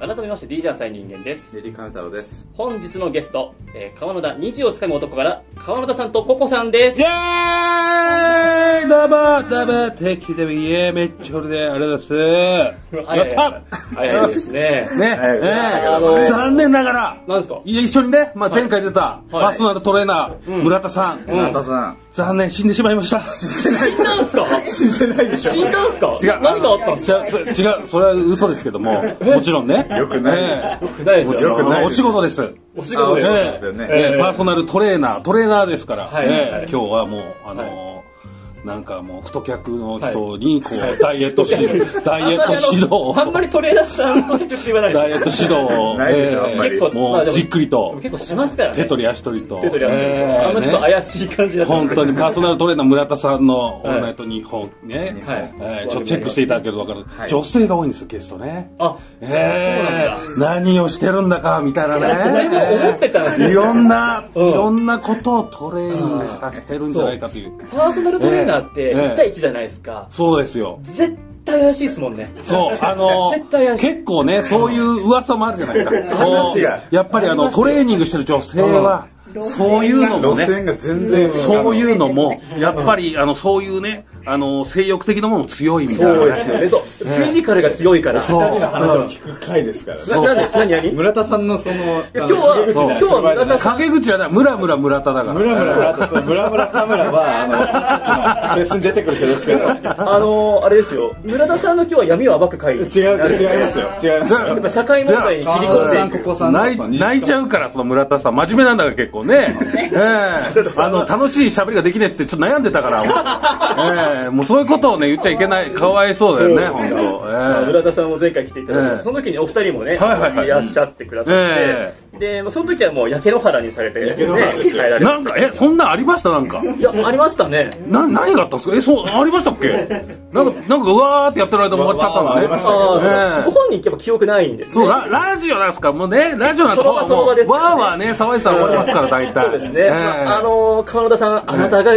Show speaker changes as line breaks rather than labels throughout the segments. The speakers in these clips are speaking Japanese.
改めまして DJ 浅い人間です
リリカメ太郎です。
本日のゲスト、えー、川野田虹をつかむ男から川野田さんとココさんです
イェーイどうもどうも定期的にイエーめっちゃ俺でありがとうございます。
はい
やった
早いですね
ね、
はい
ね
あ
の
残念ながら、
なんですか
いや一緒にね、まあ、前回出た、パーソナルトレーナー、
ん
村田さん、
村田さん。
残念、死んでしまいま した。
死んだんすか
死んでないでし
死んだんすか
違う
何があったんです
じゃあそ違う、それは嘘ですけども、もちろんね。
よくない
ね
かないですよ
よくない
お仕事です。
お仕事
あお
で
仕
す
事で
ね
よね
え
え
え
え
パーソナルトレーナー、トレーナーですから、
はい
ええ
はい
今日はもう、あのーなんかもう太客の人にこう、ダイエット指 導ダイエット指導を
あんまりトレーナーさんのこと言わない
ダイ
で
エット指導を
ないでしょあんまり
ええ
結構ま
も
あで
う
も
じっくり
す
と
結構しますからね
手取り足取りと
手取り足取り
ええ
あんまちょっと
ね
怪しい感じだったん
本
です
当にパーソナルトレーナー村田さんの「オ
い
ールナイトニッポン」ね、
はい
ええちょっとチェックしていただけると分かる、
はい
女性が多いんですよゲストね
あそうなん
え
だ
え何をしてるんだかみたいな
だいぶ
ね
思ってたんです
い
よ
ろんな、い
うん
ろんなことをトレーニングさせてるんじゃないかという。
パーソナルトレーナーって
ええ
1対1じゃないですか
そうですよ。
絶対怪しいですもんね
そう、あの
絶対怪しい
結構ね、そういう噂もあるじゃないですか。こ
話
う
が
やっぱりあの、トレーニングしてる女性は、そういうのも
路
ね、
線が全然。
そういううのも、やっぱり、あの、そういうね、あの、性欲的なものも強いみたいなね。
そうですよねそうフィジカルが強いから
そう
二人の話を聞く回ですからね。
そうそう
な何何
村田さんのその、今
今日は
そう
今日は村田さん
陰口はだ、ムラムラ村田だから。
ムラムラ、あとそのムラムラカメラは、あの、レッスン出てくる人ですけど、違う、
あのー、あれですよ村田さんの今日は闇を暴く会議
違いますよ。違います
やっ
よ。
ぱ社会問題に切り込ん
村
で
田さ
い
ん、
く
ここさん
泣い泣いちゃうから、その村田さん、真面目なんだから結構 ね、ええあの楽しい喋りができないっつって、ちょっと悩んでたから、ええもうそういうことをね、言っちゃいけない、かわいそうだよね、本当、え
村田さんも前回来ていただいて、
ええ
その時にお二人もね、
はいはいはい
らっしゃってくださって、
え
でまあその時はもう焼け野原にされて、ね、帰
原ですよ
ら
え
れま
な
し
ん
た
か、え、そんなんありました、なんか、
いやありましたね
な何があったんですか、え、そう、ありましたっけ、なんか、なんか、うわーってやってる間、終わっちゃった
わーわーありましたけ
あ
の
あ
ね
そ、
え
う
え
ご本人行けば記憶ないんです
そう
ね
ララジオなんですか、もうね、ラジオなん
その場
も
その
う
場ですか
わ
ら
ー
ね
わーね、騒いでたら終わりますから、大体。
そうですね、まあ、あのー、川野田さんあなたが、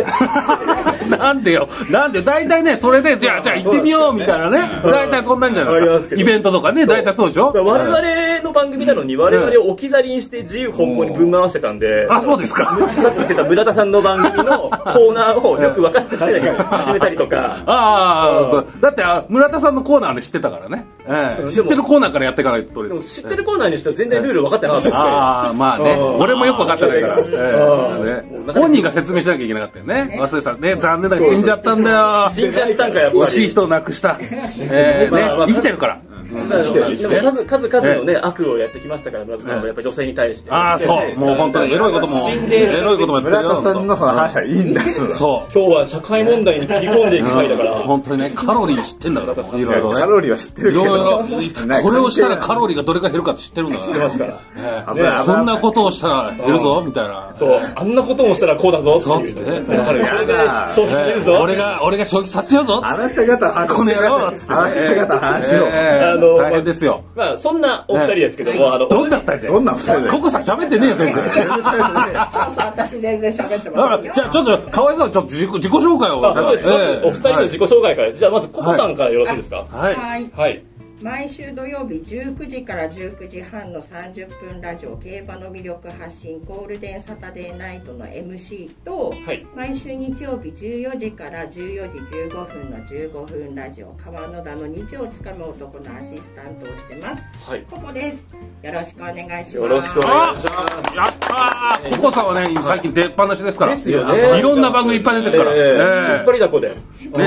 なんでよ、なんでよ、大体ね、それで、じゃあ、じゃあ行ってみようみたいなね、大体そんなんじゃない
あり
で
ますす
か。
け
イ
ど
ベントとかね、大体そうでしょ
我々の番組なのに我々を置き去りにして自由奔放にぶん回してたんで、
あ、そうです か。
さっき言ってた村田さんの番組のコーナーをよく分かってないで始めたりとか。
ああ、だってあ、村田さんのコーナーで知ってたからね。ええ知ってるコーナーからやっていかないと
で
で
も
す。
知ってるコーナーにしては全然ルール分かってなかったですね。
ああ、まあね。俺もよく分かってないから。ええね本人が説明しなきゃいけなかったよね。忘れてた。ね、残念だけど死んじゃったんだよ。
死んじゃったんかやっぱ
惜しい
り。
人を亡くした。ええね
まあまあ
生きてるから。
だからでも数数々の
え
ね悪をやってきましたから村田さんはやっぱり女性に対して。
ああ、そう。 もう本当にエロいことも、
死んで
エロいこともやっ
村
てるよ。
田さんのその話はいいんだっつうの
そう。
今日は社会問題に切り込んでいく回だから。
本当にね、カロリー知ってんだから、いろいろね。
カロリーは知ってる
い
けど
ろいろ、これをしたらカロリーがどれくらい減るかって知ってるんだか
ー
ら。ねこんなことをしたら減るぞ、みたいな。
そうあんなこともしたらこうだぞっていう。
そうっつってね
わかるそれで消費される
ね
ぞ。
俺が、俺が消費させようぞ、
あなた方の話
この
して
野
くだ
郎っ
さ
つ
い
っ。て
あな
ね
た方の話を。
えー
あの
大変ですよ。
まあそんなお二人ですけどもあの
どんな二人で
どんな二人で
ココさん喋ってねえよ、全 然。
私全然喋って
だか
ま
ら
すよ
じゃあ、ちょっと、かわいそう、ちょっと自己自己紹介を。
まあそうですねまず
ええ
お二人の自己紹介からじゃあまずココさんからよろしいですか。
はい。はい
はい
はい。
毎週土曜日19時から19時半の30分ラジオ競馬の魅力発信ゴールデンサタデーナイトの MC と、
はい
毎週日曜日14時から14時15分の15分ラジオ川野田の日をつかむ男のアシスタントをしてます
はい。
ここですよろしくお願いします
よろしくお願いします。
やったーココさんはね、今最近出っ放しですから。
ですよね
いろんな番組いっぱい出てるから。
ええ
え
引
え
っ張りだこで。
ね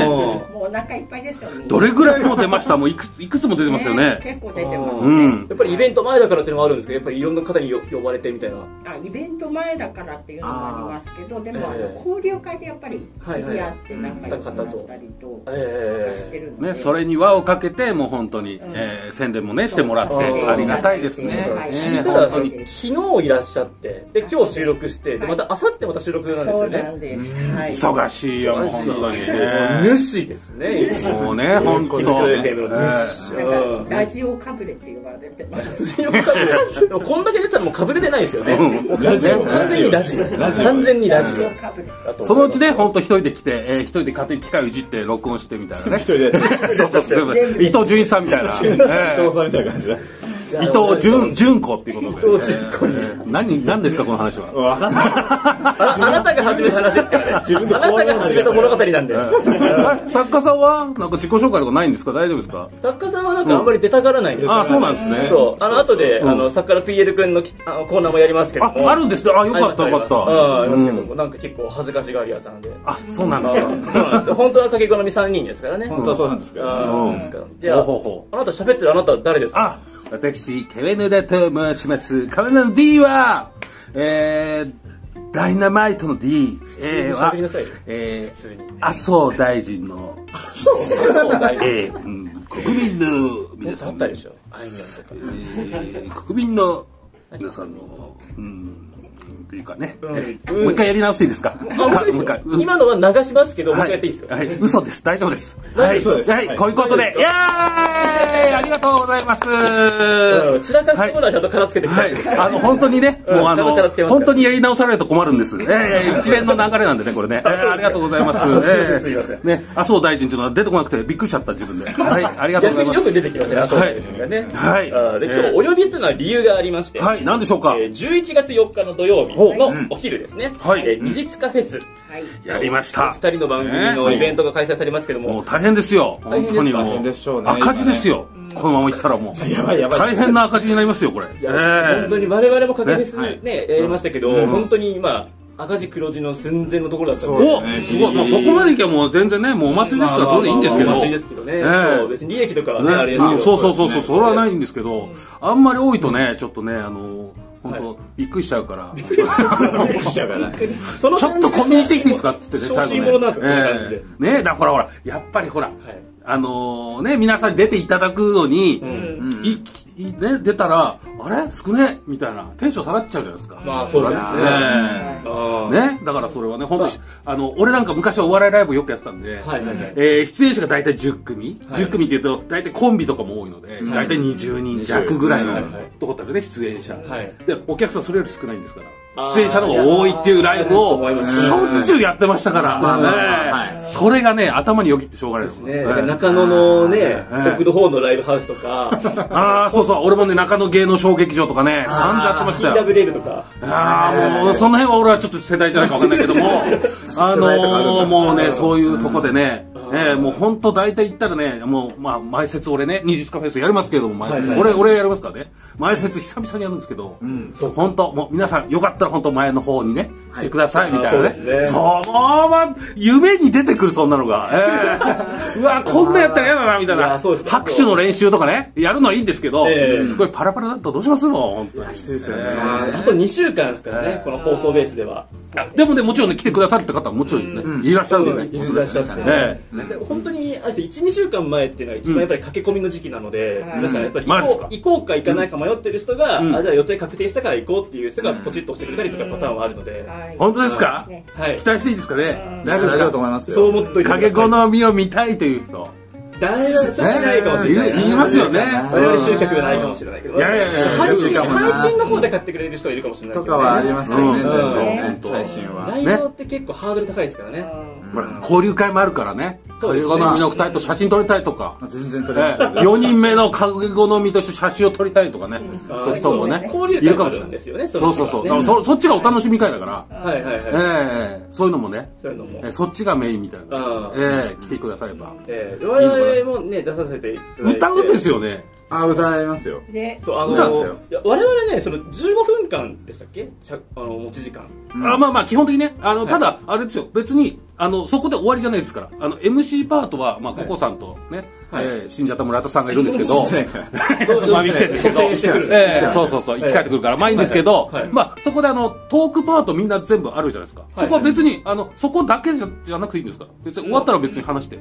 もうお腹いっぱいですよみんな
どれぐらいもう出ましたもういくついくつも出てますよね
結構出てます
う
ね、
ん
やっぱりイベント前だからっていうのもあるんですけど、やっぱりいろんな方によ呼ばれてみたいな。
あイベント前だからっていうのもありますけどでも、あ
ええ
の交流会でやっぱり知
はいはい
り合って仲良くなったりと
え
してるので、
ね、それに輪をかけてもう本当に、
うん
えー宣伝もねしてもらって
うん
ありがたいですね
うん
ね
聞いた
本
ら、
当
その
に
昨日いらっしゃって、で、今日収録して、で、また明後日また収録なんです
そ
よ
うな
ね。
んです、はい
忙しいよもう本当にね
主ですね。
もうね本当
キムチョイテーブルの主。
なんかラジオかぶれって呼ばれてます
うんでもこんだけ出たらもうかぶれてないですよね。もう
ラジオ
完全にラジオ。完全にラジオ。
か
だと思
ぶれ
います
そのうちね、本当一人で来て、えー一人で勝手に機械をいじって録音してみたいなね。
一人でやってる。
そうそうそう伊藤純一さんみたいな。え
伊藤
ー
さんみたいな感じだ。
伊藤純純子っていうことで
伊藤純子に
えー何何ですかこの話は
わかんない。
ああなたが始めた話ですからね。
自分で
あなたが始めた物語なんで。
あれ作家さんはなんか自己紹介とかないんですか大丈夫ですか
作家さんはなんかあんまり出たがらないんですよ、ね
あそうなんですね
そうあの後で、
ん
あの作家の PL 君のきあのコーナーもやりますけども
ああるんですねあよかった
あり
よ
ます
かった
ありますありますけども、
う
なんか結構恥ずかしがり屋さんで
あそうなんですか
そうなんですよ本当は駆け好み3人ですからね
本当はそうなんですけどね。
あ
うん
あですからじゃあ
ほうほ
あなた喋ってるあなたは誰ですか
あ私ケベヌダと申しますカベナの D はえー、ダイナマイトの D えー
普通に喋りなさいよ
えー
普通に
麻生大臣の
そうだい
えーうん国民の皆
だ
さん
っ、たでしょあいみょんとか
えー国民の皆さんの、うん、っていうかね、
ん
えーもう一回やり直していいですか、
あ本当ですよ
かもう一回
今のは流しますけど、もう一回やっていいですよ、
はい、はい嘘です。大丈夫です。はい、
嘘です
はい、
はい
こういうことで。いやーいありがとうございます。
うん散らかしたものはちゃんと殻つけてくだ
は
さ
い、あの本当にね、
うん
もうあ
ちゃんと片付け
の
ますから
本当にやり直されると困るんです。ええ一連の流れなんでね、これね。ええありがとうございます。ええ
すいませんすいませ
ね、麻生大臣というのは出てこなくてびっくりしちゃった自分で。はい、ありがとうござ
逆
い
に
ま
よく
す。
出てきますね、麻生大臣がね。
はいはい
あで、今日お呼びしたのは理由がありまして、
はい、なんでしょうか。
えー11月4日の土曜日
ほうう
の
ん
お昼ですね、
はい
えー二次塚フェス、
はい。
やりました
お二人の番組のイベントが開催されますけど
も
も
う、大変ですよ。本当にもう
大変でしょうね
赤字ですよ。このままいったらもう。
やばいやばい。
大変な赤字になりますよ、これ。
いや
ええ
本当に我々もかけフェスね、やりましたけど、
うん
本当に今、赤字黒字の寸前のところだったん
そう
で、
おすごい、もうそこまでいけばもう全然ね、もうお祭りです
まあ
から、
まあまあ
それでいいんですけど。
お祭りですけどね、
ええ
そう別に利益とかはね、
ね
あれですけ
う
ど、
んそうそうそ
そ
うそう、
うですね
それはないんですけど、あんまり多いとね、ちょっとね、あの、本当、びっくりしちゃうから、
しちゃうから。
その
ちょっとコンビニしてきていいですかっつってね、
小心者なんですよ、そんな感じで。
ええねえ、だからほらほら、やっぱりほら、
い
あのね、皆さんに出ていただくのに、いいね、出たら、あれ少ねみたいな、テンション下がっちゃうじゃないですか。
まあ、そうですね。
ええ
あー
ね、だからそれはね、本当に、あの、俺なんか昔はお笑いライブよくやってたんで、
はいはいはい
えー出演者が大体10組、10組っていうと、大体コンビとかも多いので、大体20人弱ぐらいの
はいはいはい
とこだよね、出演者、
はい
で、お客さんそれより少ないんですから
あ、ー
出演者の方が多いっていうライブを、
いやー
しょっちゅうやってましたから、
まあまあまあ
ね
は
それがね、頭によぎってしょうがないです
ね、だから中野のね、
え
国土方のライブハウスと か、
ああ、そうそう、俺もね、中野芸能小劇場とかね、散々やってましたよ。
TWL とか、
ああ、もう、その辺は俺はちょっと世代じゃないかわかんないけ ども、あのー、もうね、そういうとこでね、えーもう本当大体言ったらね、もう、まあ、毎節俺ね、二次スカフェスやりますけれども、毎節、俺、俺やりますからね、毎節久々にやるんですけど、本当、もう皆さん、よかったら本当前の方にね、来てくださいみたいなね。
あーそうですね
そう、もう、まあ、夢に出てくる、そんなのが。え ーうわ、こんなやったら嫌だな、みたい
い
な。
やそうですね
拍手の練習とかね、やるのはいいんですけど、
ええ
すごいパラパラだったらどうしますもん、本当に。
きついですよね。
あと2週間ですからね、この放送ベースでは。
でもね、もちろんね、来てくださるって方はもちろんね、いらっしゃるので、
いらっしゃってね
ええ
で本当にあれですよ1、2週間前っていうのは一番やっぱり駆け込みの時期なので、
ん
皆さんやっぱり
マジっ
行
す
こ
か
う行こうか行かないか迷ってる人が、
ん
あじゃあ予定確定したから行こうっていう人がポチッと押してくれたりとかパターンはあるので、
はい。
本当ですか、
ね
はい
期、待していいですかね、
大丈夫大丈夫だと思いますよ。
そう思っといてくださ
影
い。
好みを見たいという人、
大丈夫それはないかもしれない。
ね言いますよね
我々集客がないかもしれないけど、
いやいやいや
配信
集客もな
配信の方で買ってくれる人がいるかもしれないけど
とかはありますよね、
うん
全然ね
う。ん
最新は。
内容って結構ハードル高いですからね。
ほら交流会もあるからね、
そうで
影
すね
好みの2人と写真撮りたいとか、
まあ全然取れ
え
ま
え
した
4人目の影好みとして写真を撮りたいとかね、そういう人もね、
交流
いる
会
か
があ
もしれ
る
なんい。
ですよね。
そうそうそう、
の
だから
日はね
そそっちがお楽しみ会だから、
はいはいはい。
ええそういうのもね、
そういうのも
え。そっちがメインみたいな
あ、
ええ来てくだされば、
えー、我々もね、出させていただいて。
歌うんですよね、
あ、歌いますよ。
で、
そう、あ
歌うん
の
です
よ
いや我々ね、その15分間でしたっけしゃあの、持 ち時間。
あまあまあ基本的にねあの、ただあれですよ別にあのそこで終わりじゃないですからあの MC パートは、まあ、ココさんとね、えー死んじゃった村田さんがいるんですけ ど
知ってないから
つまみってんですけど
蘇生してくる
えーそうそうそう生き返ってくるから、まあいいんですけど、
はいはい
まあ、そこであのトークパートみんな全部あるじゃないですか、
いはい
そこは別にあのそこだけじゃじゃなくていいんですから別に終わったら別に話して、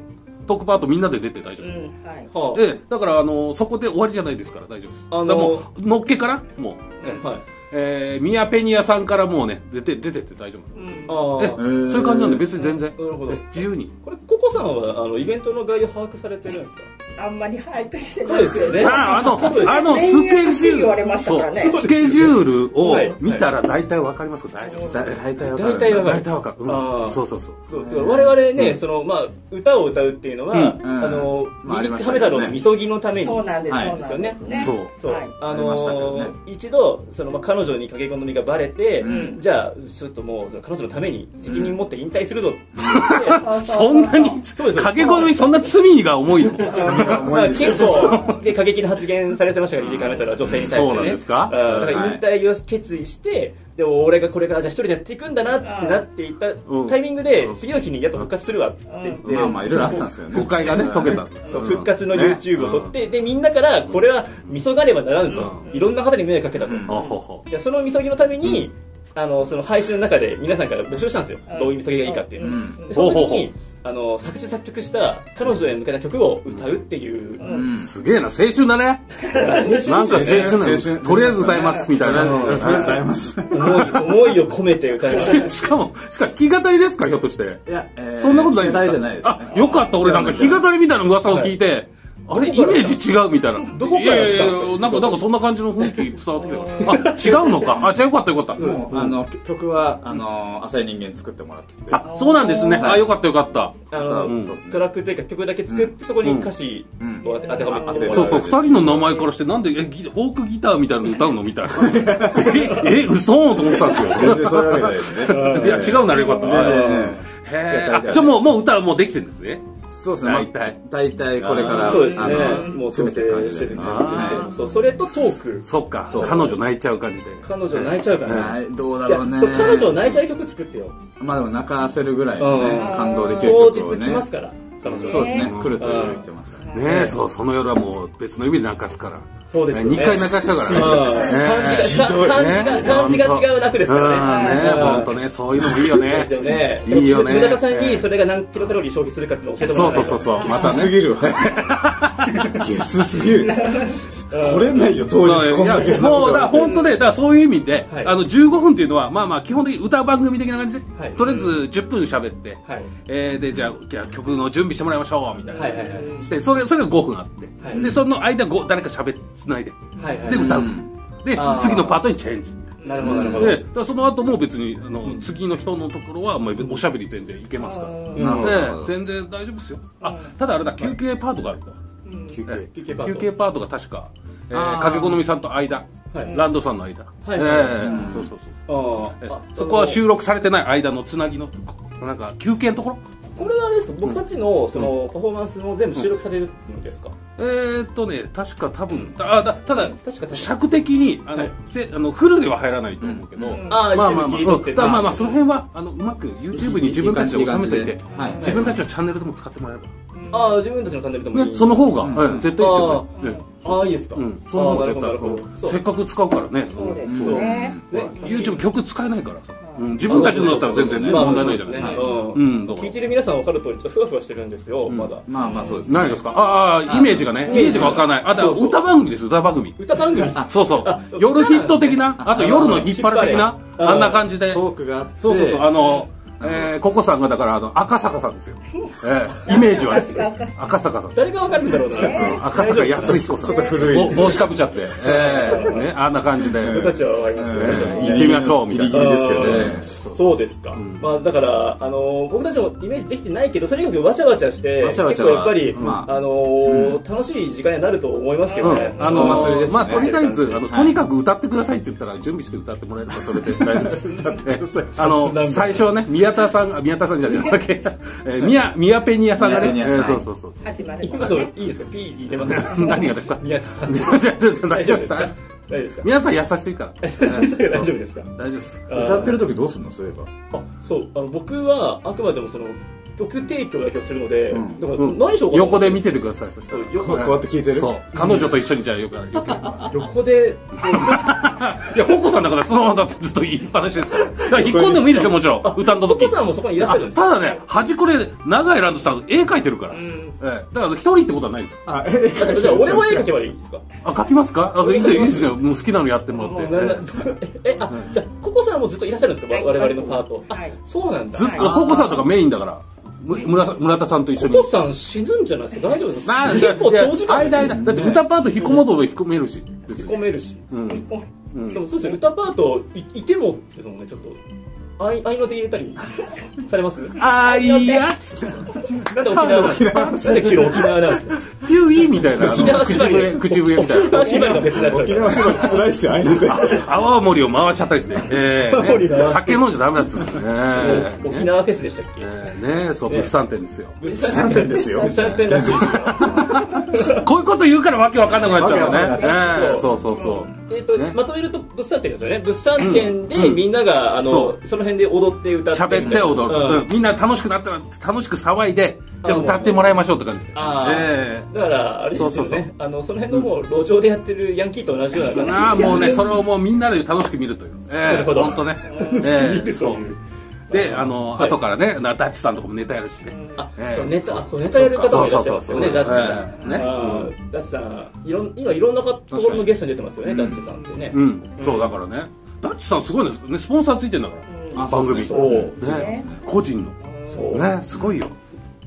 トークパートみんなで出て大丈
う
夫、
ん、はい。
はあ、
ええだからあのそこで終わりじゃないですから大丈夫です、
あの
だからもうのっけからもう、ええ
はい。
えーミヤペニアさんからもうね出て出てって大丈夫
うん。
ああ、
え
なる
そういう感じなんで別に全然
ほど。
自由に
これ、コココさんはあのイベントの概要把握されてるんですか
あんまり把握して
そ
ない
うですよね
ああの、あの、
恋
ス
愛
ケ
欲し
ジ
い言
ュ
われ
ー
ま
ル、
したからね
そうスケジュールを
はい
見たら大体わかりますから大丈夫です。
だ大体わかる
大体わか
大
る
体わかる。
あ
う
ー
んそうそうそう。
そうだから我々ね、
うん
そのまあ、歌を歌うっていうのは、
うん
うん
あの
まああり
ミニ
ま
ッ
した
カ
ね
メ太郎のみそぎのために
そうなんです、
はい
そうなんですね。
そう
そう、
はい
あ
ありましたけ
の
どね
ー一度その、まあ、彼女に駆け込みがバレて、
うん
じゃあちょっともうその彼女のために責任持って引退するぞって
そうそう
そんなに、
そうです
駆け込みそんな罪が重いの
罪が重
ま
い
あ、
んですよ
結構で過激な発言されてましたから、入れ替えたら女性に対して、ね、
そうなんですか
あーだから
はい
引退を決意して、でも俺がこれからじゃあ一人でやっていくんだなってなっていった
うん
タイミングで
う、ん
次の日にやっと復活するわって言って、
まあまあいろいろあったんですけどね
誤解がね、解けた。
そう
うん
復活の YouTube を撮って、でみんなからこれはみそがねばならんと、
う
いろんな方に迷惑かけたと、
うん
あほほ
じゃあそのみそぎのために、あのその配信の中で皆さんから募集したんですよ、
うん
どういうみそぎがいいかっていう
う
のを
ん
でその時
ほうほうほ
にあの作詞作曲した彼女へ向けた曲を歌うっていう、
ん
うん
すげえな、青春だね。
青春ですよ
なんか青
ね
春なの。とりあえず歌います、みたいな。
とりあえずとりあえず歌います。
思い思いを込めて歌いました
しかも、しかも弾き語りですか、ひょっとして。
いや、えー
そんなことないんですか
大事じゃないですね。
あ、よかった、俺なんか弾き語りみたいな噂を聞いて、あれ、イメージ違うみたいな。
どこから来たん
いやい
ですか
やいやなんか、なんかそんな感じの雰囲気伝わってきたから。あ、違うのか。あ、じゃあよかったよかった。
もうあの曲はあの浅い人間に作ってもらってて、
あ、そうなんですね。
はい
あ、よかったよかった。
あ
あ
の、
うんそうですね
トラックというか曲だけ作って、そこに歌詞
うん
を当て当てはめてもら
うん
そうそう、
あ
二人の名前からして、なんで、え、ギフォークギターみたいなの歌うのみたいな。え、え、嘘と思ってたんですよ
全。然そういうわけじゃないですね。
いや、違うならよかった。
全然
へ
ね
え。あ、じゃあもう、もう歌はもうできてるんですね。
そうですね。まあ
大体
大体これか
あ
ら
そうですね
あの
もう
詰めてる感じですね。
詰めてる感じですねそうそれとトーク
そっか
そう。
彼女泣いちゃう感じで。
彼女泣いちゃうから
は
ね、
い、どうだ
いや
ろうね。
そう彼女泣いちゃう曲作ってよ
まあでも泣かせるぐらいの
うん
ね、感動できる
当日
曲をね
来。ますから彼女
そうですね
ね。
来ると言ってましたね。
ねえ、そう、その夜はもう別の意味で泣かすから。
そうですよね
2回泣かしたか
うん
らね。
漢字が漢字が漢字が違う楽ですからね
ね。本当ね、そういうのもいいよ
で
ね
す。よね
いいよね
村田さんにそれが何キロカロリー消費するかっていうのを教えてもら
そう
わな
そ
いうと
そうそう。ま
また
た
す
ね。
ぎるわ。 ゲスすぎる。来れないよ、当日こんなゲスな
も
こ
う、
と
だから
は。
本当ね、だからそういう意味で、
はい
あの、15分っていうのは、まあまあ、基本的に歌番組的な感じで、
はい
とりあえず10分喋って、
はい
えーで、じゃあ、じゃあ曲の準備してもらいましょう、みたいな。
はいはいはい
して、それ、それが5分あって、
はい
で、その間、ご誰か喋っつないで、
はいはい
で、歌う。で
あー、
次のパートにチェンジ。
なるほどなるほど
で、だからその後も別に、あの、次の人のところは、もうおしゃべり全然いけますから。
うん
なるほどなる
で
ほど。
全然大丈夫ですよ。あ、ただあれだ、休憩パートがあるから。
休憩。
休憩パ
休
ート
憩パートが確か、え
あ
ー、
ー
かけ好みさんと間、
はい
ランドさんの間、
はい
えー
うん
そうそうそう、え
あ
ー
あ
そこは収録されてない間のつなぎのなんか休憩のところ
これはあれですか僕たちのそのパフォーマンスも全部収録されるんですか
えー、っとね確か多分あだただ
確か確か
尺的にあの、
はい
ぜあのフルでは入らないと思うけど、
うん
ああ
まあ
一
まあま
部切
あ、
り
う
取
ん
って
だからまあまあその辺はあのうまく YouTube に自分たちで収めていて
いい感じいい感じではい
自分たちのチャンネルでも使ってもらえば、
ああ自分たちのチャンネルでもい
ね、
い
その方が、
うん
はい絶対いいですよね、
うん
ね
ああいいですか
うん、その方
ああな
が
る
絶
ほ
対
どなるほどそう
せっかく使うからねその
そうです
そう
ね。
ね
ね、YouTube 曲使えないからさ、うん、自分たちのだったら全然ね
まあ
問題ないじゃないです
そ
か、
う
は
ね
う
うん
ん、だか
聞い
ら
てる皆さん分かる通りちょっとふわふわしてるんですよまだ
まあまあそうですね。
何ですかああイメージがねイメージがわからないあだから
そうそう
歌番組です歌番組
歌番組です
そうそう夜ヒット的なあと夜の引っ張る的な
引っ張れ
あんな感じでそ
ト
う
ークがあって。
そうそうあのえー、ココさんがだからあの赤坂さんですよ、えー、イメージはですよ赤坂さん
誰が分かるんだろうな
赤坂康彦さん
ちょっと古いですね
ぼ帽子かぶっちゃって、えーね、あんな感じで、え
僕たちは分かりますよ
ー
ね
行ってみましょうみたい
ギリギリですけど
な
ね
そうそうですか、まあ、だから、あのー僕たちもイメージできてないけどとにかくわちゃわちゃして
わちゃわちゃ
結構
は
やっぱり、
まあ
あのー楽しい時間になると思いますけどね、
うん、あの
お祭りですね
まあとりあえずあ
は
の、
い
とにかく歌ってくださいって言ったら準備して歌ってもらえればそれで大丈夫です。
さい
あの最初はね宮田さんあ宮田さんじゃないわけ、えー、宮宮ペニアさんがね、
宮ペニ
え
ア
ー
さん
そうそうそう。
始ま る
今のいいですか P 入 れますか
何がですか。
宮田さん
じ ゃあじゃあじゃあ大
大
丈夫
丈夫
で
ですす
か
か。大 丈夫ですか
皆さん優しいから。えー
大丈夫ですか
大丈夫です。
歌ってる時どうすんのそういえば。
あそうあの僕はあくまでもその曲提供だけをするので、
ん
だから
うん
何しようかな
横で見ててください。そした
そ
ら
う横
こうやって聞いてる
そう彼女と一緒にじゃあよくよく。
横で
いやココさんだからそのままだってずっと言いっぱなしですから。だから引っ込んでもいいですよもちろん歌の
ト
時。
コさんもそこにいらっしゃるん
あ
ですか
ただね、端っこで長いランドさん、絵描いてるから、ええだから一人ってことはないです。
あ、え
あじゃあ俺も絵描けばいいですか
あ、描きますかあいいですよ、いいですよ、もう好きなのやってもらって。
なん
え
だえあじゃあココさんもずっといらっしゃるんですか、
はい
我々のパート、
はい
あそうなん
え
だ
ずっと、ココさんとかメインだから、む村村田さんと 一緒に
ココさん死ぬんじゃないですか大丈夫ですか
な
結構長時間です
間
よ
間だって歌パート引っ込もうと思えば引っ込めるし別
引っ
に
込めるし、
うんうん
でもそうですね歌パートいいてもってそのねちょっと合い合いの手入れたりされます
あーいや
なんで沖縄なんですかなんで今日沖縄なんですか
ピューイみた いなあ
沖縄
の
縛
口
りで
笛口笛みたい
沖縄縛りが別になっちゃう
沖
か
縄
ら
縛り辛いっすよ、ああいうので。
な泡盛を回しちゃったり して、えーね酒飲んじゃダメだっつうんですね
沖縄フェスでしたっけ、
えーねそう物産展ですよ
物
3
産
点ですよ
物。産展らしいですよ
こういうこと言うからわけわかんなくなっちゃう
わけわ
よ
かん
ね
な
え
い
ーそうそうそう
えーと
ね
まとめると物産展ですよね物産展
うん
で
うん
みんなが、あの
そ
その辺で踊って歌って
喋って踊る、
うん
うんみんな楽しくなったら楽しく騒いでじゃあ
うん
歌ってもらいましょうって感じで
ああ、
え
だからあれですよね
そうそうそう
あのその辺のもう路上でやってるヤンキーと同じような
え
感じ
なあもうねそれをもうみんなで楽しく見るという、ええ
なるほど
本当ね、ええそうであの、
はい
後からねなダッチさんとかもネタやるしね、
あ、
ええ
そうネタあそうネタやる方もいらっしゃいますよね
そう
ダ
そう
ッ
そう
チさん、
ね
あーダッチさんいろん今いろんなところのゲストに出てますよねダッチさんってね、
うん、そうだからねダッチさんすごいですねスポンサーついてんだから、番組
そう
ね個人
そう
のねすごいよ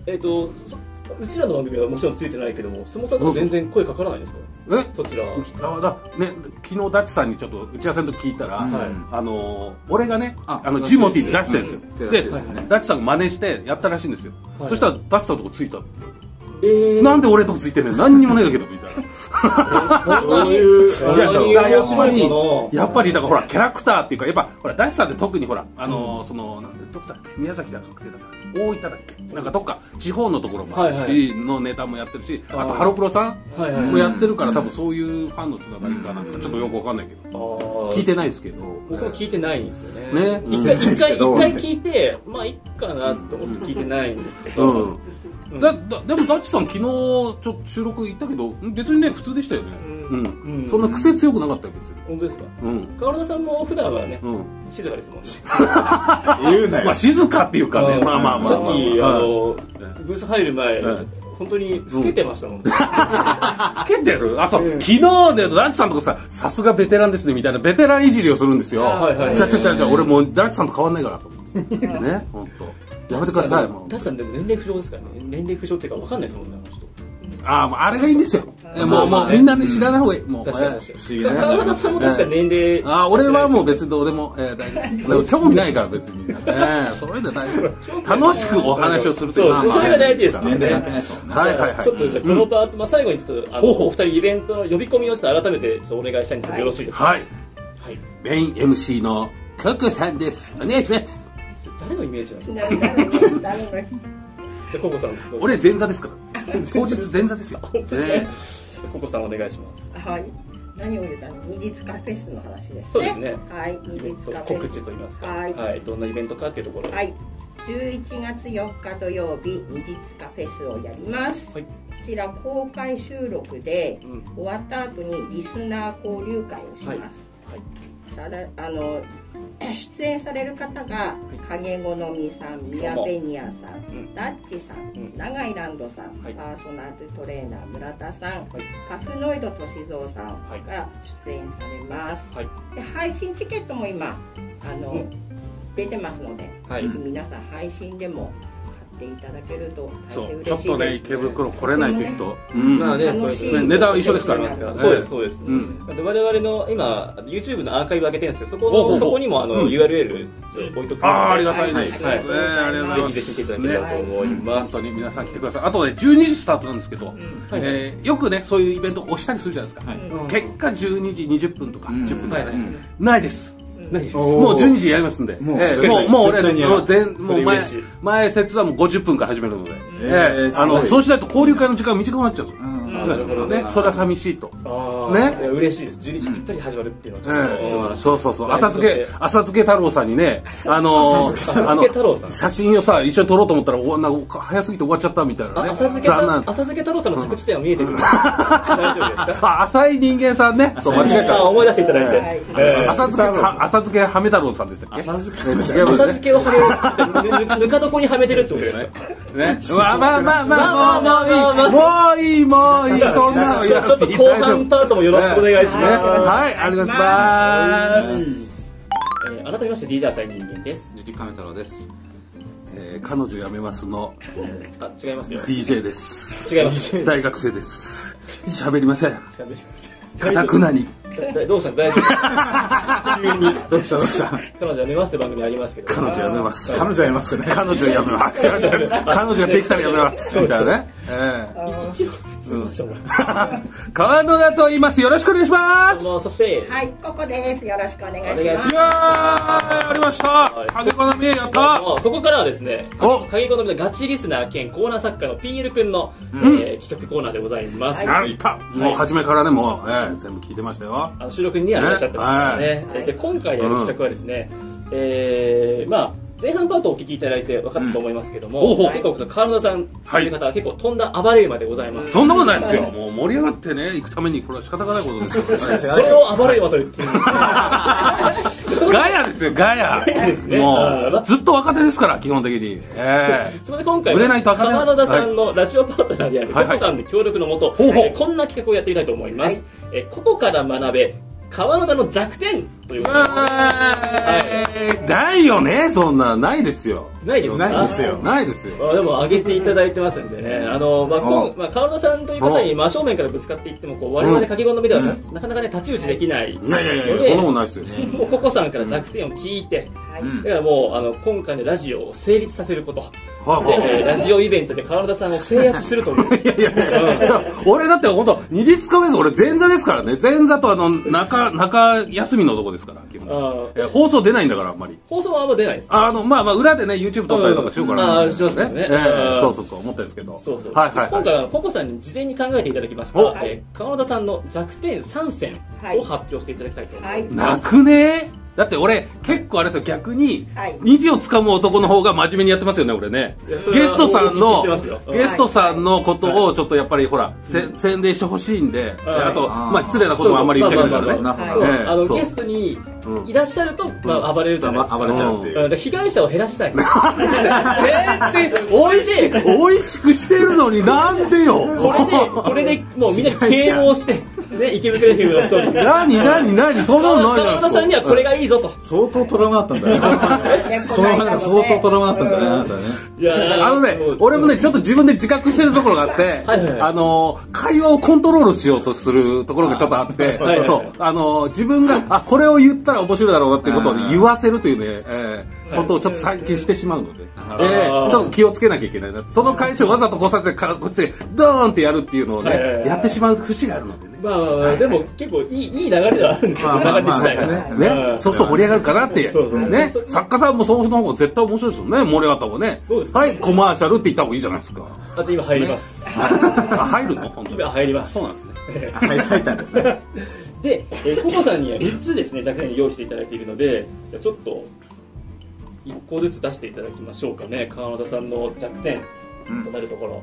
えっ、とそそうちらの番組はもちろんついてないけども相撲さんとは全然声かからないですか
え
そちらは
うちあだね、昨日ダッチさんにちょっと打ち合わせの時聞いたら、
はい
あの俺がねあ
あ
の
出してる
ジモティーで出してるんですよ、
うん出
で
してるんですよね
ダッチさんが真似してやったらしいんですよ、
はい
そしたらダッチさんのとこついたの、
えー
なんで俺とこついてんねん何にもねえだけどみたいな
そんなにうそんなに面白い
に
の
やっぱりだからほらキャラクターっていうかやっぱほらダッチさんって特にほらあの、そのなんどこだっけ宮崎だか確定だから大分だっけなんかどっか地方のところもあるし、
はいはい
のネタもやってるしあ
あ
と
ー
ハロプロさ
はいはい
んもやってるから、多分そういうファンのつながりかなんかちょっとよくわかんないけど、
あー
聞いてないですけど
僕は聞いてないんですよね
ね
一
聞いてない
回
で
一
すけ
回
ど
一回聞いてまあいっかなと思って聞いてないんですけど、
うん、だだでもダッチさん昨日ちょっと収録行ったけどん別にね普通でしたよねうん、
うん
そんな癖強くなかったよ別に
本当ですか
うん
河田さんも普段はね
うん
静かですもんね
言うな
まあ
よ。
静かっていうかね
うん
まあまあまあ
さっきあ
うん
のブース入る前
うん
本当に老けてましたもんね
蹴ってるあそう、昨日でダッチさんとかささすがベテランですねみたいなベテランいじりをするんですよ、
はいはい
じゃあじゃあじゃあじゃあ俺もうダッチさんと変わんないからと思ってね本当やめてくださいもう
ダチさんでも年齢不詳ですからね年齢不詳っていうか分かんないですもんねあの人
ああもうあれがいいんですよ
ん
もうもうみんなね知らない方がいいもう
確かに
えー
確かに
不思議だね
河田さんも確か年齢
あー俺はもう別にどうでも、えー、大丈夫ですでも興味ないから別に、えー、それで大丈夫楽しくお話をするとい
そうそれが大事です
年齢関係
ないですもんね
はいはいはい
ちょっとじゃあこのパート、まあ、最後にちょっとあの
ほうほう
お二人イベントの呼び込みをちょっと改めてちょっとお願いしたいんですけど、よろしいですか
はい
はい
メイン MC のココさんですお願いします
それ誰のイメージなんですか
誰の誰の
じゃあココさんどうぞ
俺前座ですから当日前座ですよ、ね、
じゃあココさんお願いします
はい。何を言うたの二日カフェスの話ですね。
そうですね
はい、二日カフェス。
告知といいますか、は
はいい
どんなイベントかっていうところ、
はい。11月4日土曜日、二日カフェスをやります。
はい
こちら公開収録で、
うん
終わった後にリスナー交流会をします。
はい
さらあの出演される方が影好みさん、宮ベニアさん、
うん
ダッチさん、
うん
長井ランドさん、
はい
パーソナルトレーナー村田さん、
はい
パフノイド歳三さ
はい
んが出演されます、
はい
で配信チケットも今あの、
うん
出てますので、
はい
ぜひ皆さん配信でも買っていただけると
そ
大変
う
嬉しいです
ちょっとね池袋来れないという人、うん
まあね
楽しい
そうです
ね値段は一緒ですからね
ねそうですそうです、
うん
で我々の今 YouTube のアーカイブ上げてるんですけどそこの
おうおうおう
そこにもあの、
うん
URL ちょっと置いとくので
ああありがたいです、
はい
えーありがとうございます
ぜひぜひ見ていただければと思いま
本
す、
当に皆さん来てくださいあとね12時スタートなんですけど、
はい
えーよくねそういうイベントを押したりするじゃないですか、
うん
結果12時20分とか、
うん
10分とか、
はいはい
ないです
何です
おー
もう12時やりますんで
もう
え
絶対
えもうもう俺
絶対にやる
もう全もう前
それ嬉しい
前説はもう50分から始めるので、
え
え
ー
えあ
す
の
ごい
そうしないと交流会の時間が短くなっちゃうんですよ、
あなるほどね
ね、それは寂しいと、
あ
ね
ね、いや嬉しいです12時ぴったり始まるっていうのはち
え
ょっと、
えそうそうそう
ライブ
浅
と
漬
し
け
て
浅漬け太郎さんにねあのーあ
浅漬け太郎さん
の写真をさ一緒に撮ろうと思ったらおなんか早すぎて終わっちゃったみたい
あ
なね
浅漬けた
残念
浅漬け太郎さんの着地点は見えてくる大丈夫ですか
あ、浅い人間さんね。そう、間違えちゃ
あ
っ
思い出していただいて、
はい
ええ
た。浅漬けは、浅漬けはめ太郎さんでしたっけ
浅漬けめっち
違い
ゃ
ま
浅
すね
漬けをはめぬぬぬか床にはめてるってことですか
ね。
まあまあまあまあ、
まあまあまあ
もういい。もういい、もういい、そんなのい
ちょ
ら
っと
なくていい
後半パートもよろしくお願いし
ね
ます、
はい、ありがとうございます。
えー改めまして DJ 浅井人間です
ジュディカメ太郎です。え
えー彼女辞めますの
あ違いますよ
DJ です
違います
大学生です喋りません
喋ります
かたくなに
だだどうしたの大丈夫
急にどうしたどうした
彼女やめますって番組ありますけど
彼女辞めます
彼女いますね
彼女辞めます彼女ができたら辞めますみたいなね、え
一応普通の人も
ー、川野だと言いますよろしくお願いします
もうそして
はい、ここです。よろしくお願い
お
し
願い
ま
し
す
ま。
いやーありました揚げ好みやった
もうここからはですね、
お
鍵好みのガチリスナー兼コーナー作家の PL くんの、えー企画コーナーでございます。
はい
やったもう初めからねもう、えー全部聞いてましたよ
あの収録にはいらっしゃってますからね
ね。はい
で今回やる企画はですね、えーまあ前半パートをお聞きいただいて分かったと思いますけども、
うんほうほう
結構川村さんという方は結構飛んだ暴れ馬でございます。
そんなことないですよもう盛り上がってね行くためにこれは仕方がないことですからね
それを暴れ馬と言っています。
ガヤですよガヤ
ヤですね
もうずっと若手ですから基本的にええ
そこで今回
売れないと
は
あかんね
川野田さんのラジオパートナーであるコ
はいは
コ
い
さんの協力のもと、
ほうほう
えーこんな企画をやってみたいと思います、えーここから学べ川野田の弱点ということで
はいないよねそんなないですよ
ないですか
ないですよ
ないですよ
あでも上げていただいてますんでね、あのまあこ
う
うまあ、川野田さんという方に真正面からぶつかっていってもこう我々書き込みではな,、なかなかね太刀打ちできないの
い
で
やいやいやそんなもんないですよ
もうココさんから弱点を聞いて、
はい。
うん
だからもうあの今回のラジオを成立させること、
はい
で
はい
えーラジオイベントで川野田さんを制圧する という。
いやいやいや、俺だって本当二日目です。俺前座ですからね。前座とあの、中、中休みのとこですから、基本。
うん
いや放送出ないんだから、あんまり。
放送はあんま出ないです。
あの、まあまあ、裏でね、YouTube 撮ったりとかしようか
うん
な。
あーしますよね
え
うん
えそうそうそう、思ったんですけど。
そうそう。
はいはい
今
は
回
い。
はココさんに事前に考えていただきました、
お
えー、川野田さんの弱点3選
はい
を発表していただきたいと思います。
はい
泣くねだって俺、結構あれですよ、逆に
はい、
虹を掴む男の方が真面目にやってますよね、俺ね
いやそ。れは
ゲストさん
お聞きし
の
てますよ、うん
ゲストさんのことをちょっとやっぱりほら、せ宣伝してほしいんで、であと、まあ失礼なこともあんまり言っちゃいけないからね。
なる
る
ほ
そ
ほど
う
ええ
あの
そう
ゲストに
うん
いらっしゃると、まあ、暴れるじゃないですか。
暴れちゃうって
うん
い
だ
う
から被害者を減 らしたい。全然、置いて、
美味しくしてるのになんでよ
これで、これでもうみんな啓蒙して、ね、池袋駅 の人に。
何何何そんなの
川
ない
野田さんにはこれがいいぞと。
相当トラウマあったんだねこの話相当トラウマあったんだねあなたね
いやー
あのね、俺もね、ちょっと自分で自覚してるところがあって、
はいはいはい
あのー、会話をコントロールしようとするところがちょっとあって、
はいはい
そう、あのー、自分が、あ、これを言ったら面白いだろうなっていうことをね
うん
言わせるというね、えーことをちょっと最近してしまうので、え
あー
ーちょっと気をつけなきゃいけないな。その会社をわざとこうさせてから、こっちでドーンってやるっていうのをね、
はいはいはい
やってしまう節があるのでね。
まあまあまあ、でも結構いい、いい流れではあるんですよ、
まあまあ
流れ自体が。
まあ
ね、
うん
そうそう盛り上がるかなって
そうそう
ね作家さんもその方が絶対面白いですよね盛り上がった方がね
そうですね
はいコマーシャルって言った方がいいじゃないですか
あと今入ります。
あ入るの本当に
今入ります
そうなんですね
はい書いたんですね
で、えーココさんには3つですね、弱点用意していただいているので、じゃあちょっと、1個ずつ出していただきましょうかね、川野田さんの弱点となるところ。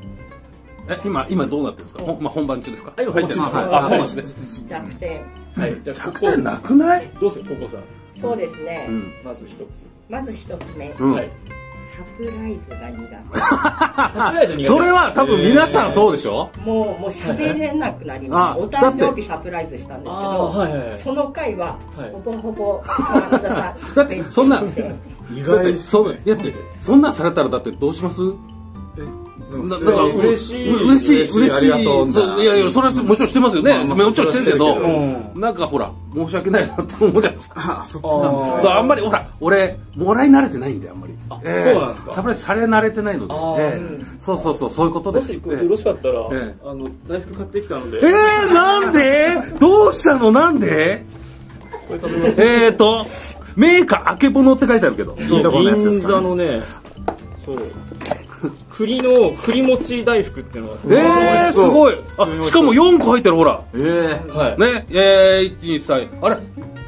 え今今どうなってるんですかほんまあ本番中ですか
あ今本番中です
はい
あ
あそうなんですね
弱点。
はい、じゃあ
弱
ここ
点なくない
どうですか、ココさん。
そうですね
う。ん
まず1つ。
まず一つ目、
うん
はい。
サプライズが苦
サプライズ苦手
それは多分皆さんそうでしょ
手。もう、もう喋れなくなり
あ
ました。お
だっ
誕
て
生日サプライズしたんですけど、
ああ、はいはいはい。
その回は
はい、
ほぼほぼ、川端さん
だってそんな
別人で
意
だっ
外
てそうだってそんなんされたらだってどうします
だ
だから
嬉しいう
嬉し
嬉
い
しい
嬉しい
ありがとうな
そういやいやそれはもちろんしてますよね
まあまあ
もちろんして
そ
るけ
れは
ど
うん
なんかほら申し訳ないなと思うじゃないですか
あそっちなんです
そうあんまりほら俺もらい慣れてないんであんまり
あそうなんですか
サプライズされ慣れてないので
あー
ええそうそうそうそういうこと
も
です
し
え
これよろしかったら、
ええ
あの大福買ってきたので、
ええーなんでどうしたのなんで
これ食べます。
えーとメーカーあけぼのって書いてあるけど
いいとこのやつです
銀
か
座のね、そう。栗の栗餅大福っていうの
ええー、すごいあしかも4個入ってるほら
ええ
が。はい。
ねえー、123あれ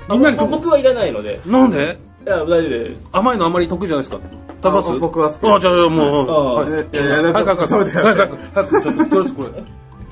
みんなに
あ僕はいらないので。
なんで
いや、大丈夫です。
甘いのあんまり得意じゃないですか食べます
あ僕は好きです
あじゃあじゃあもう
あ
はい
いやいや
はいはいはい
食べてください
はいはいはいちょっととりあえずこれ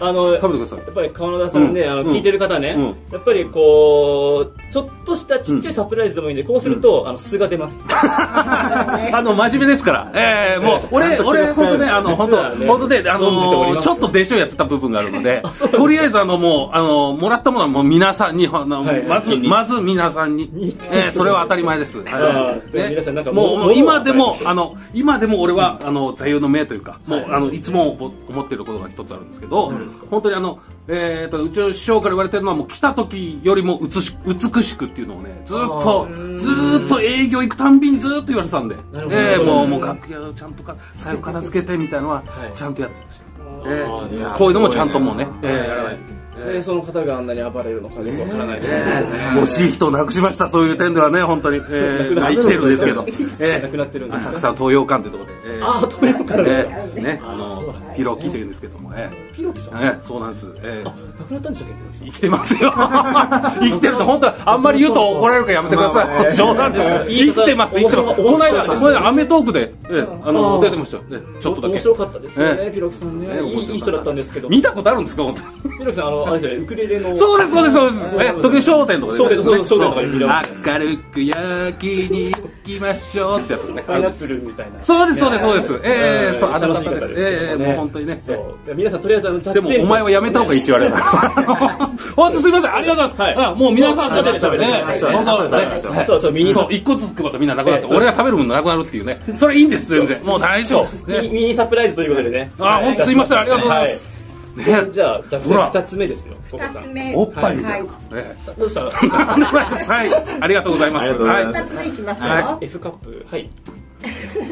あの
食べてください
やっぱり川野田さんね、
うん
あの
うん
聞いてる方ね、
うん
やっぱりこうちょっとしたちっちゃいサプライズでもいいんで、こうすると、あの素が出 ます。
あの、真面目ですから。ええもう、
ちゃん
俺、
と気
俺、
を使
本
える
当ね、あの、本
実はね
当本当ね、あ
存じており
の
ます
ちょっとでしょやってた部分があるので、とりあえず、あの、もう、あの、もらったものはもう皆さんに、あの
はい
まず、まず皆さんに、ええそれは当たり前です。
ああでも
ね
皆さんなんか
もう、
も
も
の
う今で
も
も、
の
あの、今でも俺は、あの、座右の銘というか、もう
は、い
あの、いつも思思ってることが一つあるんですけど
何ですか、
本当にあの、えっと、うちの師匠から言われてるのは、もう来た時よりも美し美しくっていうのをね、ずっと、ずっと営業行くたんびにずっと言われてたんで、
なるほど
ええもう、もう
うん
楽屋をちゃんとか、最後片付けてみたいのは
はい、
ちゃんとやってました。
え
え
あ
え
いや
こういうのもちゃんともうね、
え
ええやらない。
でその方があんなに暴れるのかよくわからないですけどね、
惜しい人を亡くしました、そういう点ではね、本当に。ええまあ生きてるんですけ ど。ええ
亡くなってるんです
浅
か。
草東洋館ってとこで。ええ
ああ止めようからですか。
ええね、あの、ピロキというんですけども、ええ
ピロキさん。
ええそうなんです。ええ
亡くなったんでしたっけピロキさん
生きてますよ。 生きてると、本当はあんまり言うと怒られるからやめてくだ
まあまあ
さ
ね
い。冗談ですから。生きてます、生きてます。この間、この間、アメトークで、ええあ
あ
の、
ー
出てましたよ。ええちょっとだ
面
け。
白かったですよね、
ええ
ピロキさんね
ええ
いいいい人だったんですけどピ
見たことあるんですか、本当に。
ロキさんあのあれですよねウクレレの
そうです、そうです、そうです。ええ、時々商店とか
商店とかそうそう商店とかで見られま
明るく焼きに行きましょうってやつね。
パイナップルみたいな
そうです、そうです、そうです。ええ、そう、あの
楽しい
方
方
で
ですす。
ええ、もう本当にね。
そういや皆さんとりあえずあのチャッ
で
ト
も、お前はやめた方がいいって言われる。 本当すみません、ありがとうございます。
はい
あもう皆さんだって
食べて
ね
食べて
本当
食べて食べてそうそうミニ
そう、一個ずつ配ったらみんななくなって、
ええ
俺が食べるものなくなるっていうね。それいいんです、全然。もう大丈夫です
ミニ
ね。
ミニサプライズということでね
あ、本当すみません、ありがとうございます。
は
ね
いじゃあじゃあ
ほら
2つ目ですよココさ
2つ
ん
目
おっぱいみ
は
たい
い
な。ええ
どうした
はい、ありがとうございま
あり
す。
がとうございます
はい
2つ目いきますよ、
は
F カップはい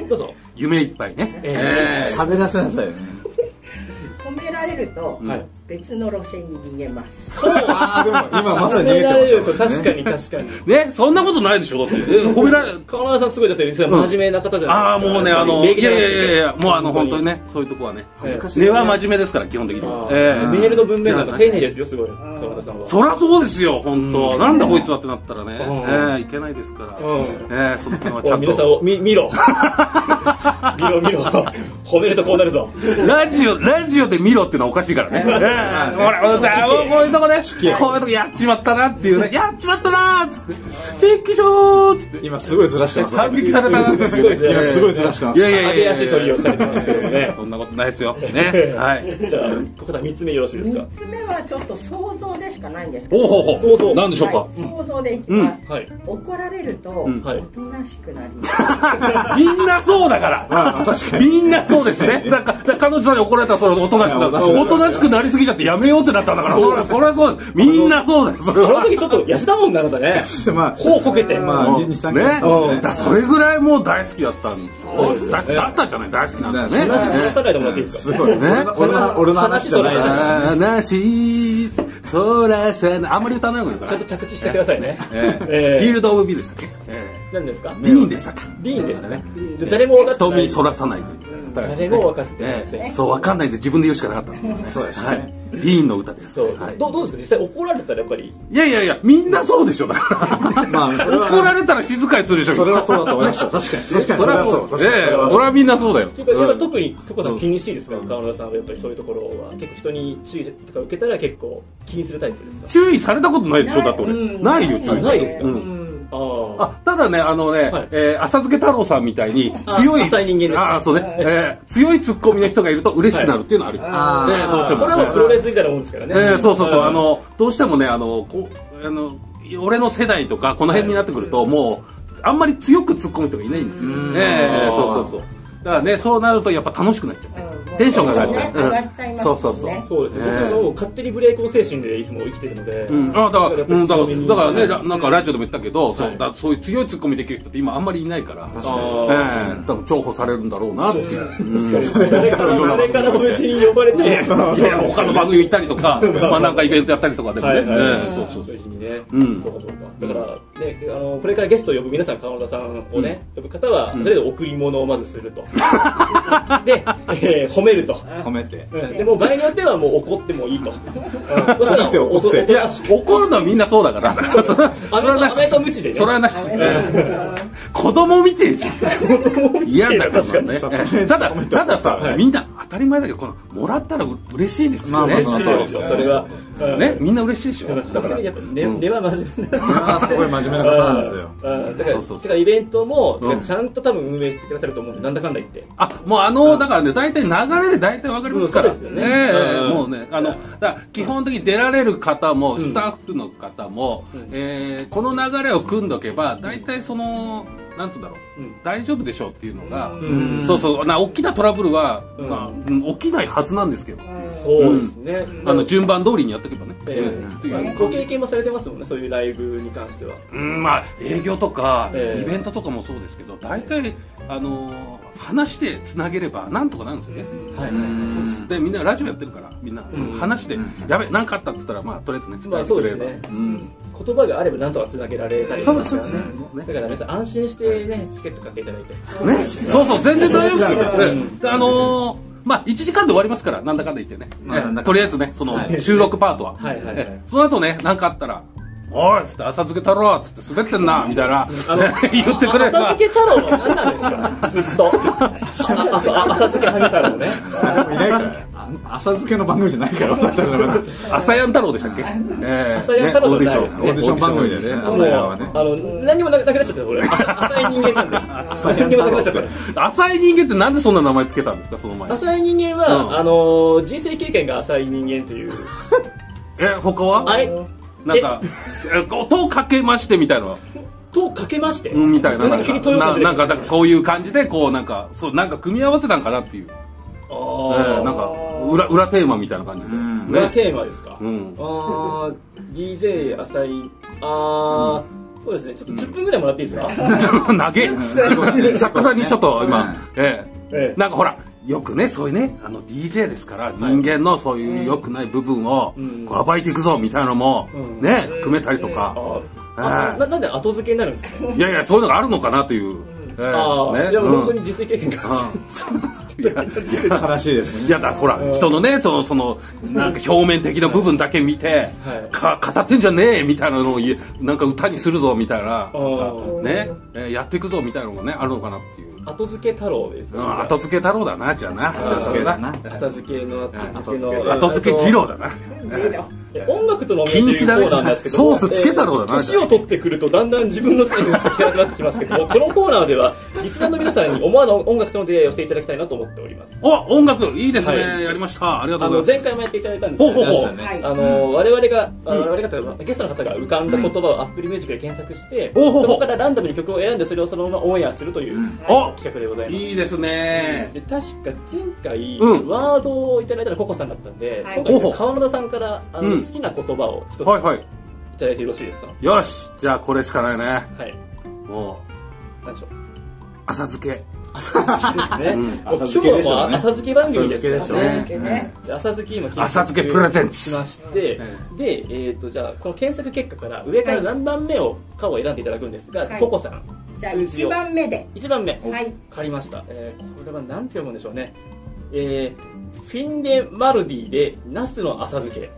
どうぞ
夢いっぱいね。
え
ええ
喋らせなさいよね。
褒められると
はい
別の路線に逃げます、
ああ、でも今まさに逃
褒
げ
め
て
ら
ま
れる
したも
と
ん
確か
ね。
に確かに
ね、そんなことないでしょ、だって。ええ褒められる。
川村さんすごいだってそれは真面目な方じゃないですか
ああ、もうね、あの、
礼
い
儀正
や
し
い
く
や
て
いやいや、もうあの、本当にね、そういうとこはね。
恥ずか
根は真面目ですから、基本的に
あ。ー
ええ
メールの文面なんか丁寧ですよすごい川村さんは
そりゃそうですよ、本当、
うん
なんだこいつはってなったらね、え
ん
えいけないですから、
うん
ええその辺はち
お
ゃ
い
ん
皆さん
と。
を見見ろ見ろ見ろ褒めるとこうなるぞ
ラジオ、ラジオで見ろっていうのはおかしいからね。ええほら、ほらこういうとこね、こういうとこやっちまったなっていうね、やっちまったなーっつって、チェックショーっつって、
今すごいずらしてます。
反撃されたなって
すごいずら
今
して
すごいずらしてま
い
す。
やいやいやいや、
揚げ足取りをされてますけどね
そんなことないですよ。ね。はい。
じゃあここだ3つ目よろしいですか
3つ目はちょっと想像でしかないんですけど
ほうほうほ
そうそう
う。なんでしょうか
は。い、想像でいきます、
はい
怒られると、
ん
はい
おとなしくなります
みんなそうだから。
確かに。
みんなそうですね。だから、だから彼女さんに怒られたら、それおとなしくなる。
いや
おとなしくなりすぎちゃってやめようってなったんだから。そりゃそりゃそうです。みんなそうだよ。それ
この
は。
時ちょっと安田もんなのだね
まあ、
こうこけて
まあ、二三回。
ね。だからそれぐらいもう大好きだったんですよ。
そうですね
大好きだったんじゃない大好きなんですよね。
話そらさないでもらっていいです
す
か
ごい。俺の俺の俺の話じゃない
話それ
です。
話そらさない。あんまり歌わない方がいいの
ちゃ
かな
んと。着地してくださいね
ええ
え
フィー
え
ルド・オブ・ビーでしたっけええ
何ですか
ディーンでしたっけ
ディーンですかね
ね
じゃあ誰も分かってな
瞳
い
そらさないで。
誰も分かってま
え
せ
え
ん
そう、わかんないで自分で言うしかなかった。
そうです
はい
ね。。
ディーンの歌です。
そう
はい
どうどうですか実際怒られたらやっぱり
いやいやいや、みんなそうでしょ、だから。
まあそれは
怒られたら静かにするでしょ。
それはそうだと思いました。確かに。確かにそれはそう。確かに
ええ
それは
そ
そう。
れはみんなそうだよ。
結構やっぱ
うん
特にトコさん気にしいですか川村さんはやっぱりそういうところは結構人に注意とか受けたら結構気にするタイプですか
注意されたことないでしょ、だって俺。
うん
ないよ、注意され
ないですか
う
うんん
あー
あただね、あのね、
はい
えー浅漬け太郎さんみたいに強い、
あ浅い人間ですね
あーそうね、えー強いツッコミの人がいると嬉しくなるっていうのはある。
あ
ねどうしても
これはもうプロレスみたいなもんですからね。
えーそうそうそう、
ん
あ、の、どうしてもね、あの、こうあの俺の世代とか、この辺になってくると、もう、あんまり強く突っ込む人がいないんですよ。ええそうそうそう。だからね、そうなるとやっぱ楽しくなっちゃうね。
うん
テンションが上がっちゃう。
ね上がっちゃいますも
そ
んね
うそうそう。
そうですね。
ええ
僕はもう勝手にブレイクを精神でいつも生きてるので。
うん、あだから、
やっぱ
う
り
ん、だから、
強めに
だからね、ラなんかラジオでも言ったけど、そう、
はい
だそういう強いツッコミできる人って今あんまりいないから、
確
あ
かに。
ええ
ー
多分重宝されるんだろうなっていう。
誰からも誰からも別に呼ばれても。
いや 他の番組行ったりとか、まあなんかイベントやったりとかでも
は
ね、
いはいは
ええ
い。
そうそうそう。
別にね。
うん
そうかそうか。だから、ね、あの、これからゲストを呼ぶ皆さん、川村さんをね、呼ぶ方は、とりあえず贈り物をまずすると。 で、えー褒めると。
褒めて。
うんでも場合によってはもう怒ってもいいと。うんそしたら
怒って
おとなしく
怒るのはみんなそうだから、だからそれは、そ
あ
れは
め
な
と、あ
し
めと無知でね。
それはなし。ええ子供みてえじゃん嫌だよ
確かにね
そんなねただたださ、みんな当たり前だけどこのもらったらう嬉しいですよね、
まあまあまあ
そうそうそれはうん
ねみんな嬉しいでしょ
だからやっぱ根根は真面目な
あーすごい真面目な方なんですよ
うんだか
そう
ら
そうそう
だからイベントも、
うん
ちゃんと多分運営してくださると思うんでなんだかんだ言って
あもうあのだからね大体流れで大体わかりますから
うんそうですよね
え
うん
もうねあのだから基本的に出られる方も
ん
スタッフの方も、
うん
えーこの流れを組んどけば大体そのなんつうんだろう、
うん
大丈夫でしょうっていうのが、
ん
そうそうな大きなトラブルは、
うん
まあうん起きないはずなんですけど、
そうですね、
あの順番通りにやっとけばね、
え
うんって
え
いう
まあご経験もされてますもんねそういうライブに関しては
うんまあ営業とか、
ええ
イベントとかもそうですけど大体、あのー話してつなげればなんとかなるんですよね、
はい
そうですでみんなラジオやってるからみんな、
ん
話して、やべ何かあったって言ったらまあとりあえずね伝
ま
え
あ
て
そ
く
う
れ
で
れ
す
ば、
ね
うん
言葉があればなんとかつなげられたり
そう
と
です
か
そうですね
だから皆さん安心してねチケット買っていただいて
ね、そうそう全然大丈夫ですよ、
う
ねであのーまあ1時間で終わりますからなんだかんだ言ってね、
まあ
え
なんだかんだ
とりあえずねその収録パートは、
はいはいはい
えその後ね何かあったら「おい」っつって「浅漬け太郎」っつって「滑ってんな」みたいな 言ってくれれば
浅漬け太郎は何なんですかずっとああとあ浅漬けハゲ太郎ね
誰もいないからあ浅漬けの番組じゃないから私たちの番組
朝やん太郎でしたっけえ
朝やん太郎
ねオーディション
の代ですね
オーディション番組でね朝やはね
あの何もなくなっちゃった俺浅浅い人間なんで浅い人間もなくなっちゃった
浅い人間ってなんでそんな名前つけたんですかその前
浅い人間
う
は、
ん
あのー人生経験が浅い人間という
え他は
あれ
なんかえ音をかけましてみたいな
とかけまして、
うんみたいななん
急に
か
トヨタ
な
出て
な
き
ん
た
かなんかそういう感じでこうなんかそうなんか組み合わせたんかなっていう
あ
え
ー
ーなんか裏裏テーマみたいな感じで
ん
裏
ね
テーマですか、
うん
あー DJ 浅井あー、そうですねちょっと10分ぐらいもらっていいですか
投げ作家さんにちょっと今ええ
え
なんかほらよくねそういうねあの DJ ですから人間のそういう良くない部分を
うん
こう暴いていくぞみたいなのも
うん
ね組めたりとか
あ
え
あ
え
ななんで後付けになるんですか、
いやいや、そういうのがあるのかなという。ええ
ああ、
ね
いや、
うん
本当に人生経験が浅い、
うん
悲しいです
い
ね
やだほら人のねそのそのなんか表面的な部分だけ見て、
はい
か語ってんじゃねえみたいなのを言えなんか歌にするぞみたいな
ー
ね、えーやっていくぞみたいなのもねあるのかなっていう、
後付け太郎です
う
ね、
ん、後付け太郎だなじゃあな
後付けだな
浅漬けの後付け
後付
の
け
後付け二郎だな
え音楽との面
禁止だね
というコーナーなんですけど
ソースつけたろうな
えー年を取ってくるとだんだん自分のせいにして聞けなくなってきますけどもこのコーナーではリスナーの皆さんに思わぬ音楽との出会いをしていただきたいなと思っております
お音楽いいですね、
はい
やりましたありがと
あ
うご
の
ざい
前回もやっていただいたんです
ほう
け
ほう
ど
ほう
ね
はい
あの我々が、あの我々がというかゲストの方が浮かんだ言葉を Apple Music で検索して、
ほうほうほう
そこからランダムに曲を選んでそれをそのままオンエアするという
お
企画でございます
いいですね
で確か前回、
うん
ワードをいただいたのはココさんだったんで、
はい
今回川野田さんからあの、
うん
好きな言葉を一つい
はいはい
ただいてよろしいですか
よしじゃあこれしかないね
はい
も
何でしょう
う浅漬け
ね、
ん
もう今日はもう浅漬け番組で
浅
す
漬けでしょう
ね
ね
で浅漬け今検索
浅漬けプレゼンツ
しまして、
う
で、えー、とじゃあこの検索結果から上から何番目をかを選んでいただくんですが、
はい
ココさん
じゃあ
数字
1
を
番目で
1番目
はい
借りました、えーこれは何票もでしょうねえーフィンデマルディでナスの浅漬け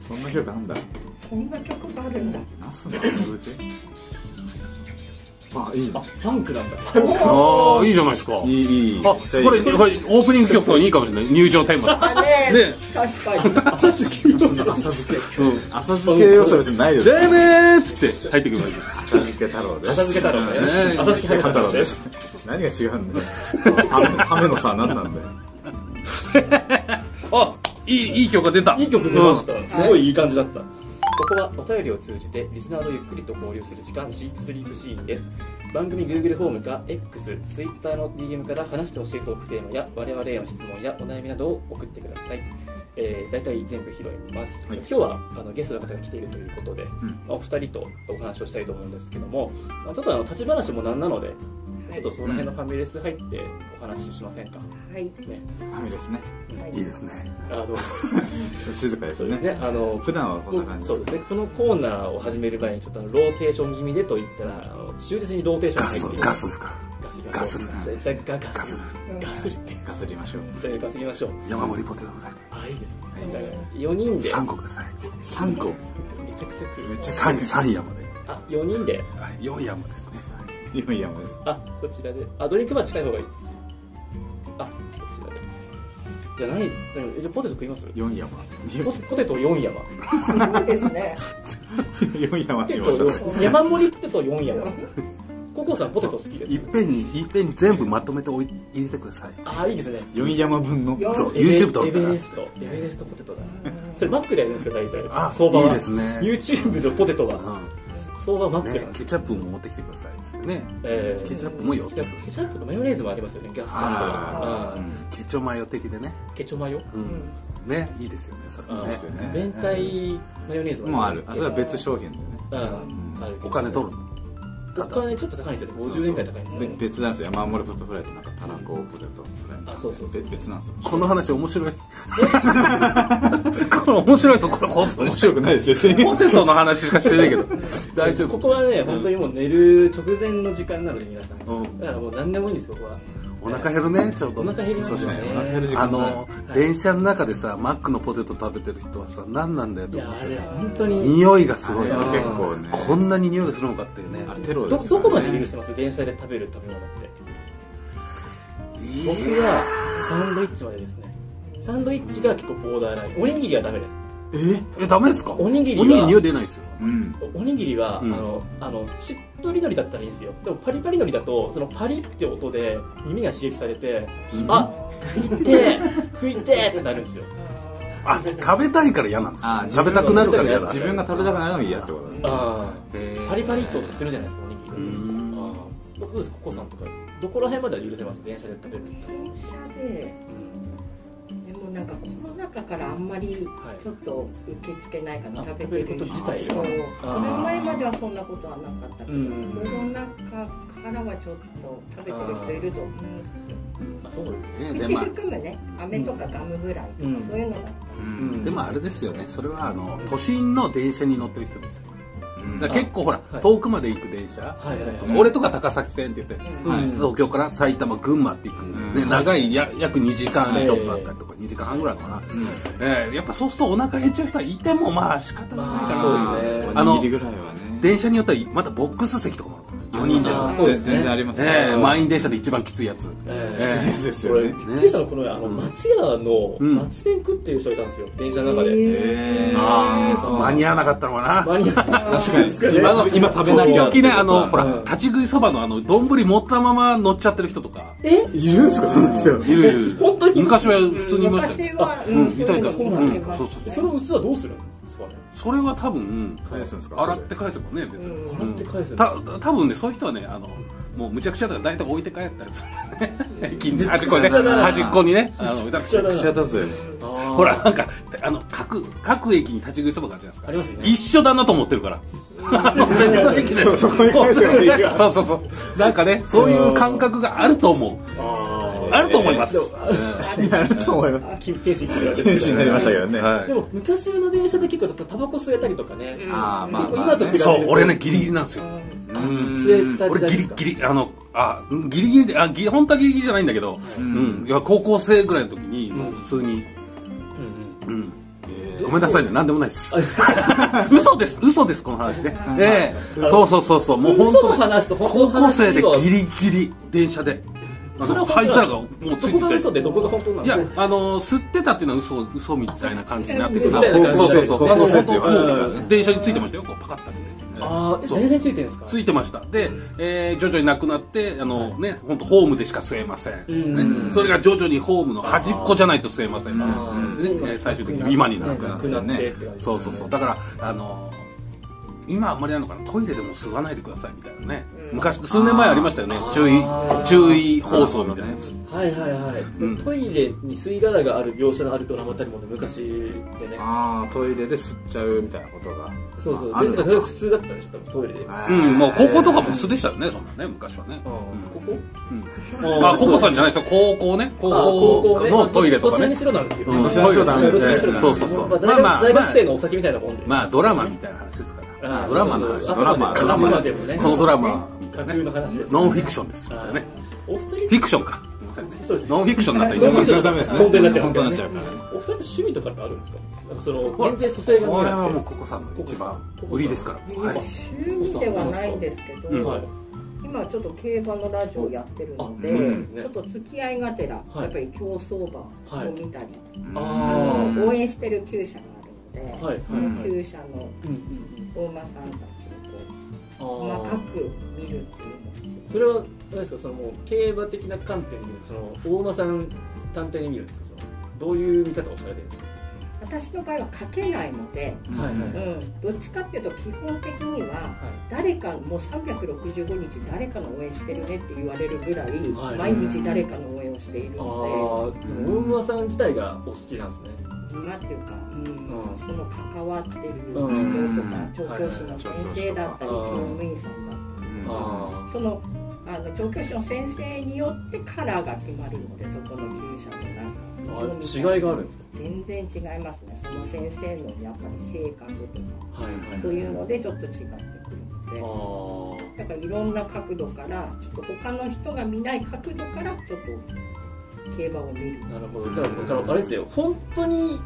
そんな曲なんだ
こんな曲があるんだ
ナスの浅漬けあいい
あ
ね
ファンクなんだ
ああいいじゃないですか
いいいい
あこ
じゃあ
れ これオープニング曲とかいいかもしれない入場テーマ
あね
ね
確かに
浅漬け
そんな浅漬け
うん
浅漬け要素は別にないです
でねーっつって入ってくるわ
浅漬け太郎です
浅漬け太郎です
ね
浅漬け太郎です
何が違うんだよ ハムハムのさ何なんだよ
あいいいい曲が出た
いい曲出ました、
うん
すごいいい感じだったここはお便りを通じてリスナーとゆっくりと交流する時間シープスリープシーンです番組 Google フォームか X、Twitter の DM から話してほしいトークテーマや我々への質問やお悩みなどを送ってください、えー、大体全部拾います、
はい
今日はあのゲストの方が来ているということで、
ん
まあお二人とお話をしたいと思うんですけども、まあちょっとあの立ち話もなんなのでちょっとその辺のファミレス入ってお話ししませんか、
はい
ね、
ハムですね
はい
いいですね
あの
静かで
そ
す
うです
ね
ねあの
普段はこんな感じ
そうですねこのコーナーを始める前にちょっとあのローテーション気味でと言ったらあの忠実にローテーション
ガ
が入
ス
って
と
いる
ガスですから
ガス
ガスル
じゃあじゃあガスルガスルって
ガスりましょう
じゃあガスりましょう
山盛りポテトぐらいで
あいいですねじゃあ4人で
3個ください
三個
めちゃくちゃ食う
3三山まで
あ4人で
はい4山ですね
今山です。
あそちらであドリンクバー近い方がいいですあそちらでじゃあ何何じゃあポテト食います
四山。
ポテポテト4山
そうですね。
四山って言いました。
結構山盛りポテト4山ココさんポテト好きです
いっぺんにいっぺんに全部まとめておい入れてください
あいいですね
四山分の。
四
そう
エベ
YouTube 撮る
エ
か
ベ
ら
レストエベレストポテトだそれマックでやるんですよ大体
あ
相場はい
いですね
YouTube のポテトは
う
相場マッ
ん
ク
ね
なんです、
ケチャップも持ってきてくださいですね
えー
ケチャップも4
ケ
つ
チャップとマヨネーズもありますよねガスガス
あ
と
ーうんケチョマヨ的でね
ケチョマヨ
うんねいいですよねそれ
うん
いですよね
明太マヨネーズ
もうある。あそれは
別
別商品だよね。
うんある
お金取るの
お金ちょっと高いんですよね50円ぐらい高いんです
べ
よね
別なんですよ。山盛りポテトフライとなんかたらこポテトフライ。
あそうそうそう
べ別なんですよ。
この話面白い これ面白いところこそ面白くない
です別
ポ。テトの話しかしてないけど大丈
こ
夫
こはね本当にもう寝る直前の時間なので皆さん
ん
だからもう何でもいいんですここは
お腹減るねちょうど
お腹減りますよね
そうですねお腹減る時間
あの電車の中でさマックのポテト食べてる人はさ何なんだよ
い
と思
や
いま
あ
すよ
れ
ね
本当に
匂いがすごい
あれは
結構ね
こんなに匂いがするのかっていうね
あれテロ
ど
ですか
ど
らね
こまで許せます電車で食べる食べ物って僕はサンドイッチまでですねサンドイッチが結構ボーダーラインおにぎりはダメです
え？
えダメですか
おにぎりは
おにぎり匂い出ないですよ
うん。
おにぎりは、
うん
あのあのしっとりのりだったらいいんですよでもパリパリのりだとそのパリって音で耳が刺激されて、あ食いてー食いてーってなるんですよ
あ食べたいから嫌なんです
あ
か
ー
食べたくなるから嫌だ
自分が食べたくなるのが嫌ってことだね。
あ
へー
パリパリっと音がするじゃないですかおにぎり
うーん
あーどうですかココさんとかどこら辺までは許せます電車で食べる
電車で、でもなんかコロナ禍からあんまり
はい
ちょっと受け付けないから
あ
食べて
食べること
る人
自体
そう。
が
それ
あー
前まではそんなことはなかったけ
う
ど、
ん
コロナ禍からはちょっと食べてる人いると思
あそうです
ね
ね
う。
で
口
まあ
含むね、飴とかガムぐらいと
う
か、
ん
そういうのが。
うん
でもあれですよねそれはあの都心の電車に乗ってる人ですよ
うん
だから結構ほら、
はい
遠くまで行く電車、
はいはいはい
俺とか高崎線って言って、
はい
東京から埼玉群馬って行く、
ん
ね、長いや約2時間ちょっとあったりとか、2時間半ぐらいかな、えーやっぱそうするとお腹減っちゃう人はいてもまあ仕方ないかな、
まあそうですね
あ
おにぎり
の
ぐらいはね。
電車によってはまたボックス席とかもある4人でと
あ
か
ー、そうですね
全然あります
えー
ね。
満員電車で一番きついやつ、
えー
ええです
こ
よ
れ
ね
び。っくりしたのこの前あの松屋の
うん
松弁食っていう人いたんですよ電車の中で
えー
あー
そう
間に合わなかったのかな
間に合わ
確かに今食べ今食べな
時
きゃ
々
ってこと
ね、
は
あの、ほら
うん、
立ち食いそばのあの、丼持ったまま乗っちゃってる人とか。
いるんですかそんな人
いるいるいる
本当に
昔は普通にいました
昔
よ。
は、
うん、いたいた。
そうう
いう
いう
の
の
うん、
もあ
そ
り
う
ます
そうそう。
その器どうするんですかね
それは多分、
返すんですか
洗って返せばね、別に。
うん
洗って返す
た多分ね、そういう人はね、あの、もうむちゃくちゃだから大体置いて帰ったりする。 近所端っこ
むち
にね、
ゃくちゃだな
端っこにね、あの、置いて帰っ
しちゃったぜ
た
ほ
ほら、なんか、あの、各、各駅に立ち食いそばがあるじゃないですか
あ。りますね
一緒だなと思ってるから。
そうそこに返せばいいよ
そうそうそう。なんかね、そういう感覚があると思う。
あ
あると思います。
やると思いま
あ金天使に
す天使になりましたけどね
は
でも昔の電車で結構タバコ吸えたりとかね
ああまあ
結構
ま
今
あ
と比べ
い。
る
そう、
と
俺ね、ギリギリなんですよ。うん
吸えた時
俺
代
ギ
で
リ
すか
ギリあのあギリギリであギ本当はギリギリじゃないんだけど、うんいや高校生ぐらいの時にもう普通に、
うん
うんごめんなさいね何でもないです 嘘です嘘ですこの話ね、ええそうそうそうそうも
う
うん本
嘘
当
の
に
話と本当の
高校
話
生で
は
ギリギリ電車であ
それ
の
は
灰
本当
皿
だ
がもうつ
ど
い
こが
て
嘘
て
でどこが本当なの
いやあの吸ってたっていうのは嘘嘘みたいな感じになってて
嘘
そ
み
う
たいな感じ
そうそう
高
あの
校生っ
本
ていう話ですからね
当うん電車についてましたよこうパカッと開けて
ああ
そう
電車についてるんですか
ついてましたで、えー徐々になくなってあの、ね、本当ホームでしか吸えません、
うん
ね、それが徐々にホームの端っこじゃないと吸えません、ね
あー
ねえー最終的に今になる
な
か
く
ら
なってって感じ
そうそうそうだからあの今あんまりなのかなトイレでも吸わないでくださいみたいなね、昔数年前ありましたよね
あー
注意注意放送みたいなやつ
はいはいはい、
うん
トイレに吸い殻がある描写のあるドラマあたりもね昔でね
ああトイレで吸っちゃうみたいなことが
そうそう
ある
全
のか
然それが普通だったでしょ多分トイレで、
うん、もう高校とかも素でしたよね、そんなね、昔はね。
うんここ
うん、あ、高校さんじゃないですよ、高校ね、高
あ
校のトイレとか
どちらに
ね。
しろなんですよね、
うん
ど
ど
ち
ち
ら
ら
に
に
し
しろなんですよ
ろなんですよ
そうそうそう
まあ、大学
まあまあ
大学生のお酒みたいなもんで、
まあ、ドラマみたいな話ですから。
あー
ドラマの話
そうそう
ドラマ
ドラマでもね
このドラマ
架空の話です
ノンフィクションです
あ
よ
ー
ね
お二人
フィクションかったよね
そうです
ノンフィクションだったら一
ダ
緒
ノン
メ
フィクション
ダメですね。
本当になっちゃいま
本当
すか
になっ
らね
ちゃうから。
お二人の趣味とかってあるんですかなんかその全然蘇生が見え
俺
なくて
はもうココさんの一番売りですからはい
趣味ではないんですけど、
うん
はい
今ちょっと競馬のラジオをやってるの
あ
で、
そう
です
ね
ちょっと付き合いがてら、
はい
やっぱり競走馬を見たり、
あ
うん
ー
応援してる厩舎があるので、
はいはい
その厩舎の
うんうん
お馬さんたち
あ
をこう細か
ー
く見るっていうの
それはあれですかそのもう競馬的な観点でその大馬さん探偵に見るんですかそのどういう見方をされてるんですか
私の場合は勝てないので、
はいはいは
うん、どっちかっていうと基本的には誰かもう365日誰かの応援してるねって言われるぐらい、
はい
毎日誰かの応援をしている
あ
の
あーでも大馬さん自体がお好きなんですね
で今っていうか、うん
うん
その関わってる人とか、
うん
調教師の先生だったり
はい
乗
はい
務員さんだっ
あ
あ
たりそのあの調教師の先生によってカラーが決まるのでそこの厩舎のなんか
ーあ違いがあるんですか
全然違いますねその先生のやっぱり性格とか
はいはい
そういうのでちょっと違ってくるので。
あ
だからいろんな角度からちょっと他の人が見ない角度からちょっと競馬を見る
あなるほどだからだからあれですね本当に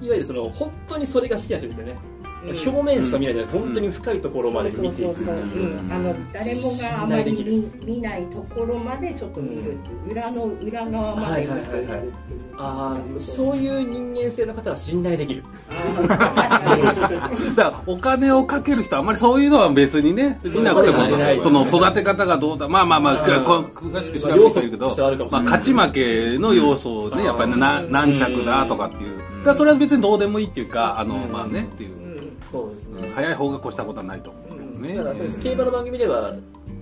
いわゆるその本当にそれが好きな人ですよね、表面しか見ないじゃなくて本当に深いところまで見てい
そう
く
そうそう、うん、あの誰もがあまり見見ないところまでちょっと見るっていう裏の裏側まで見ているっていう
ああ
う
そういう人間性の方は信頼できる
だからお金をかける人あんまりそういうのは別にね見なくて
そういうことはない
もその育て方がどうだまあまあまあ
うん
詳詳しく調べてみるけ
要素としてはあるか
ど
もし
まあ
れない
勝ち負けの要素
うん
でやっぱりな
うん
何着だとかっていうだからそれは別にどうでもいいっていうかあの
うん
まあねっていう
そうですね
早い方が越したことはないと思うんですけ
だ
ど
から
ね
そうです競馬の番組では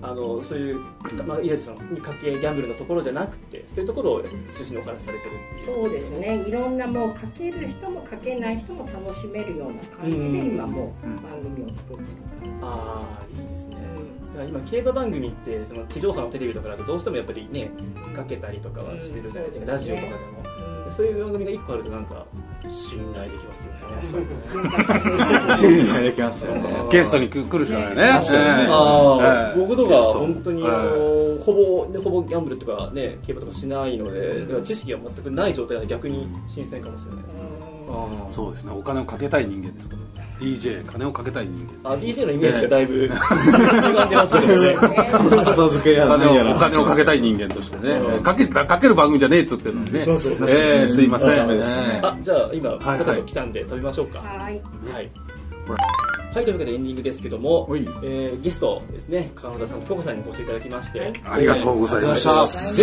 あのそういう、まあ、いわゆるその家計ギャンブルのところじゃなくてそういうところを中心にお話しされてるってい
そうですねいろんなもうかける人もかけない人も楽しめるような感じで今もう番組を作ってる
ああいいですね
うん
だから今競馬番組ってその地上波のテレビとかだとどうしてもやっぱりねかけたりとかはしてるじゃないですか、
うん
ラジオとかでも
うん
そういう番組が1個あるとなんか信頼できますよね
いきますよね。
ゲストに来る人だよね
確かにね
ええ
ああ、
ええ
僕とか本当に、
ゲス
あ
ト
のほぼねほぼギャンブルとかね競馬とかしないので、だから知識が全くない状態なので逆に新鮮かもしれないです、あ
そうですねお金をかけたい人間ですから DJ 金をかけたい人間
あ DJ のイメージがだいぶ歪んでますよね
浅漬けや
お
ら
金
何やら
をお金をかけたい人間としてね、
うん
えかけかける番組じゃねえっつってんのにね、
そうそうそう
ええすいません、
ダメでしたね
ええ
あじゃあ今
はいはい
方と来たんで食べましょうか
は
は
い
い
ほら
はい、というわけでエンディングですけども
はい、
えーゲストですね、川村さんとココさんにお越しいただきまして、
ありがとうございました。
え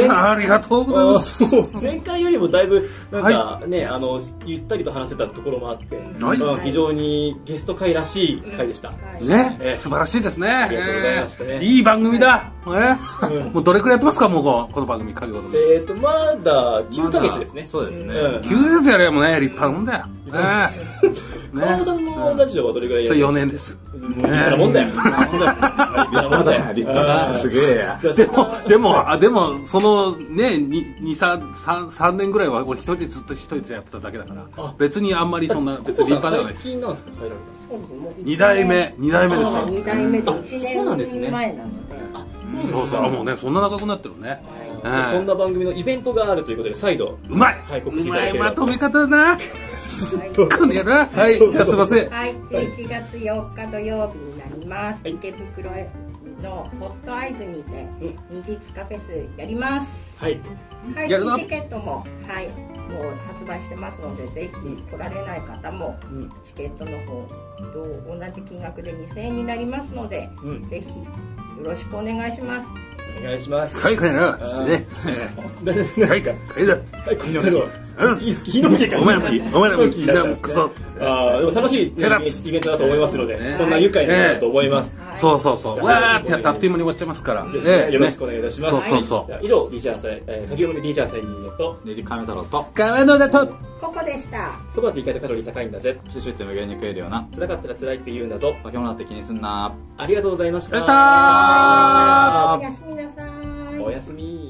ー
ありがとうございます。
前前回よりもだいぶなんかね、あのゆったりと話せたところもあって、
はい
うん非常にゲスト会らしい回でした、
はい
ね、
ええ
素晴らしいですね。あ
りがとうございましたね
いい番組だ。ええ
うん
もうどれくらいやってますか、もうここの番組、影ごとに。
えっ、とまだ9ヶ月ですね、
そうですね。
うん
9ヶ月やればもうね、立派なもんだよ。 ええ
川村
ね
さんのラジオはどれぐらい
そ
や
れ4
りまし
年です。
たもう立派なもんだよ立派なも
ま
んだ
だ
よ
立派だ。すげえや。
じゃあ
でも、でも、あでも、そのね、ににさ三三年ぐらいは、俺一人でずっと一人でやってただけだから
あ、
別にあんまりそんな、
コ
別
コ
に立派
さ
では
ん
ない
最
です。
近なんですか入られたの
二代目、二代目ですね。
2代目で
あそうなんです
1
ね
年前なので
そうそう、あもうね、そんな長くなってるね。
じゃあそんな番組のイベントがあるということで再度
うまい、
はい告知
う
いた
ま
だけ
い
れば
まとめ方だな。このやな。はい、じゃあすいません。
はい、11月8日土曜日になります、
はい
池袋のホットアイズにて
うん
二次カフェスやります
はい
配
やるな
信チケットもはいもう発売してますのでぜひ来られない方も
うん
チケットの方と同じ金額で2000円になりますので
うん
ぜひよろしくお願いします
お願いします
はい、これな。つってね。
誰
はい、これだ。
はい、この野郎
うん
い昨日の結果
お前らもいいお前らもいい
昨日の結果
みんなもクソ
あーでも楽しいイベ
ヘラッ
ントだと思いますので、
ね
そんな愉快になると思います、
はい
そうそうそう。
はい
わーってやったらあっという間に終わっちゃいますから。
ですね
ええ
よろしくお願いいたします、
ねそうそうそう
はい以上リーチャーさん、えー、かき込みリーチャーさんにと
練り亀太郎と、
川野だと。
ここでした
そばって言い方カロリー高いんだぜ
シュシュって無限に食えるような、
辛かったら辛いって言うんだぞ
化け物だって気にすんな。
ありがとうございました
よっしゃ
おやすみなさい
おやすみ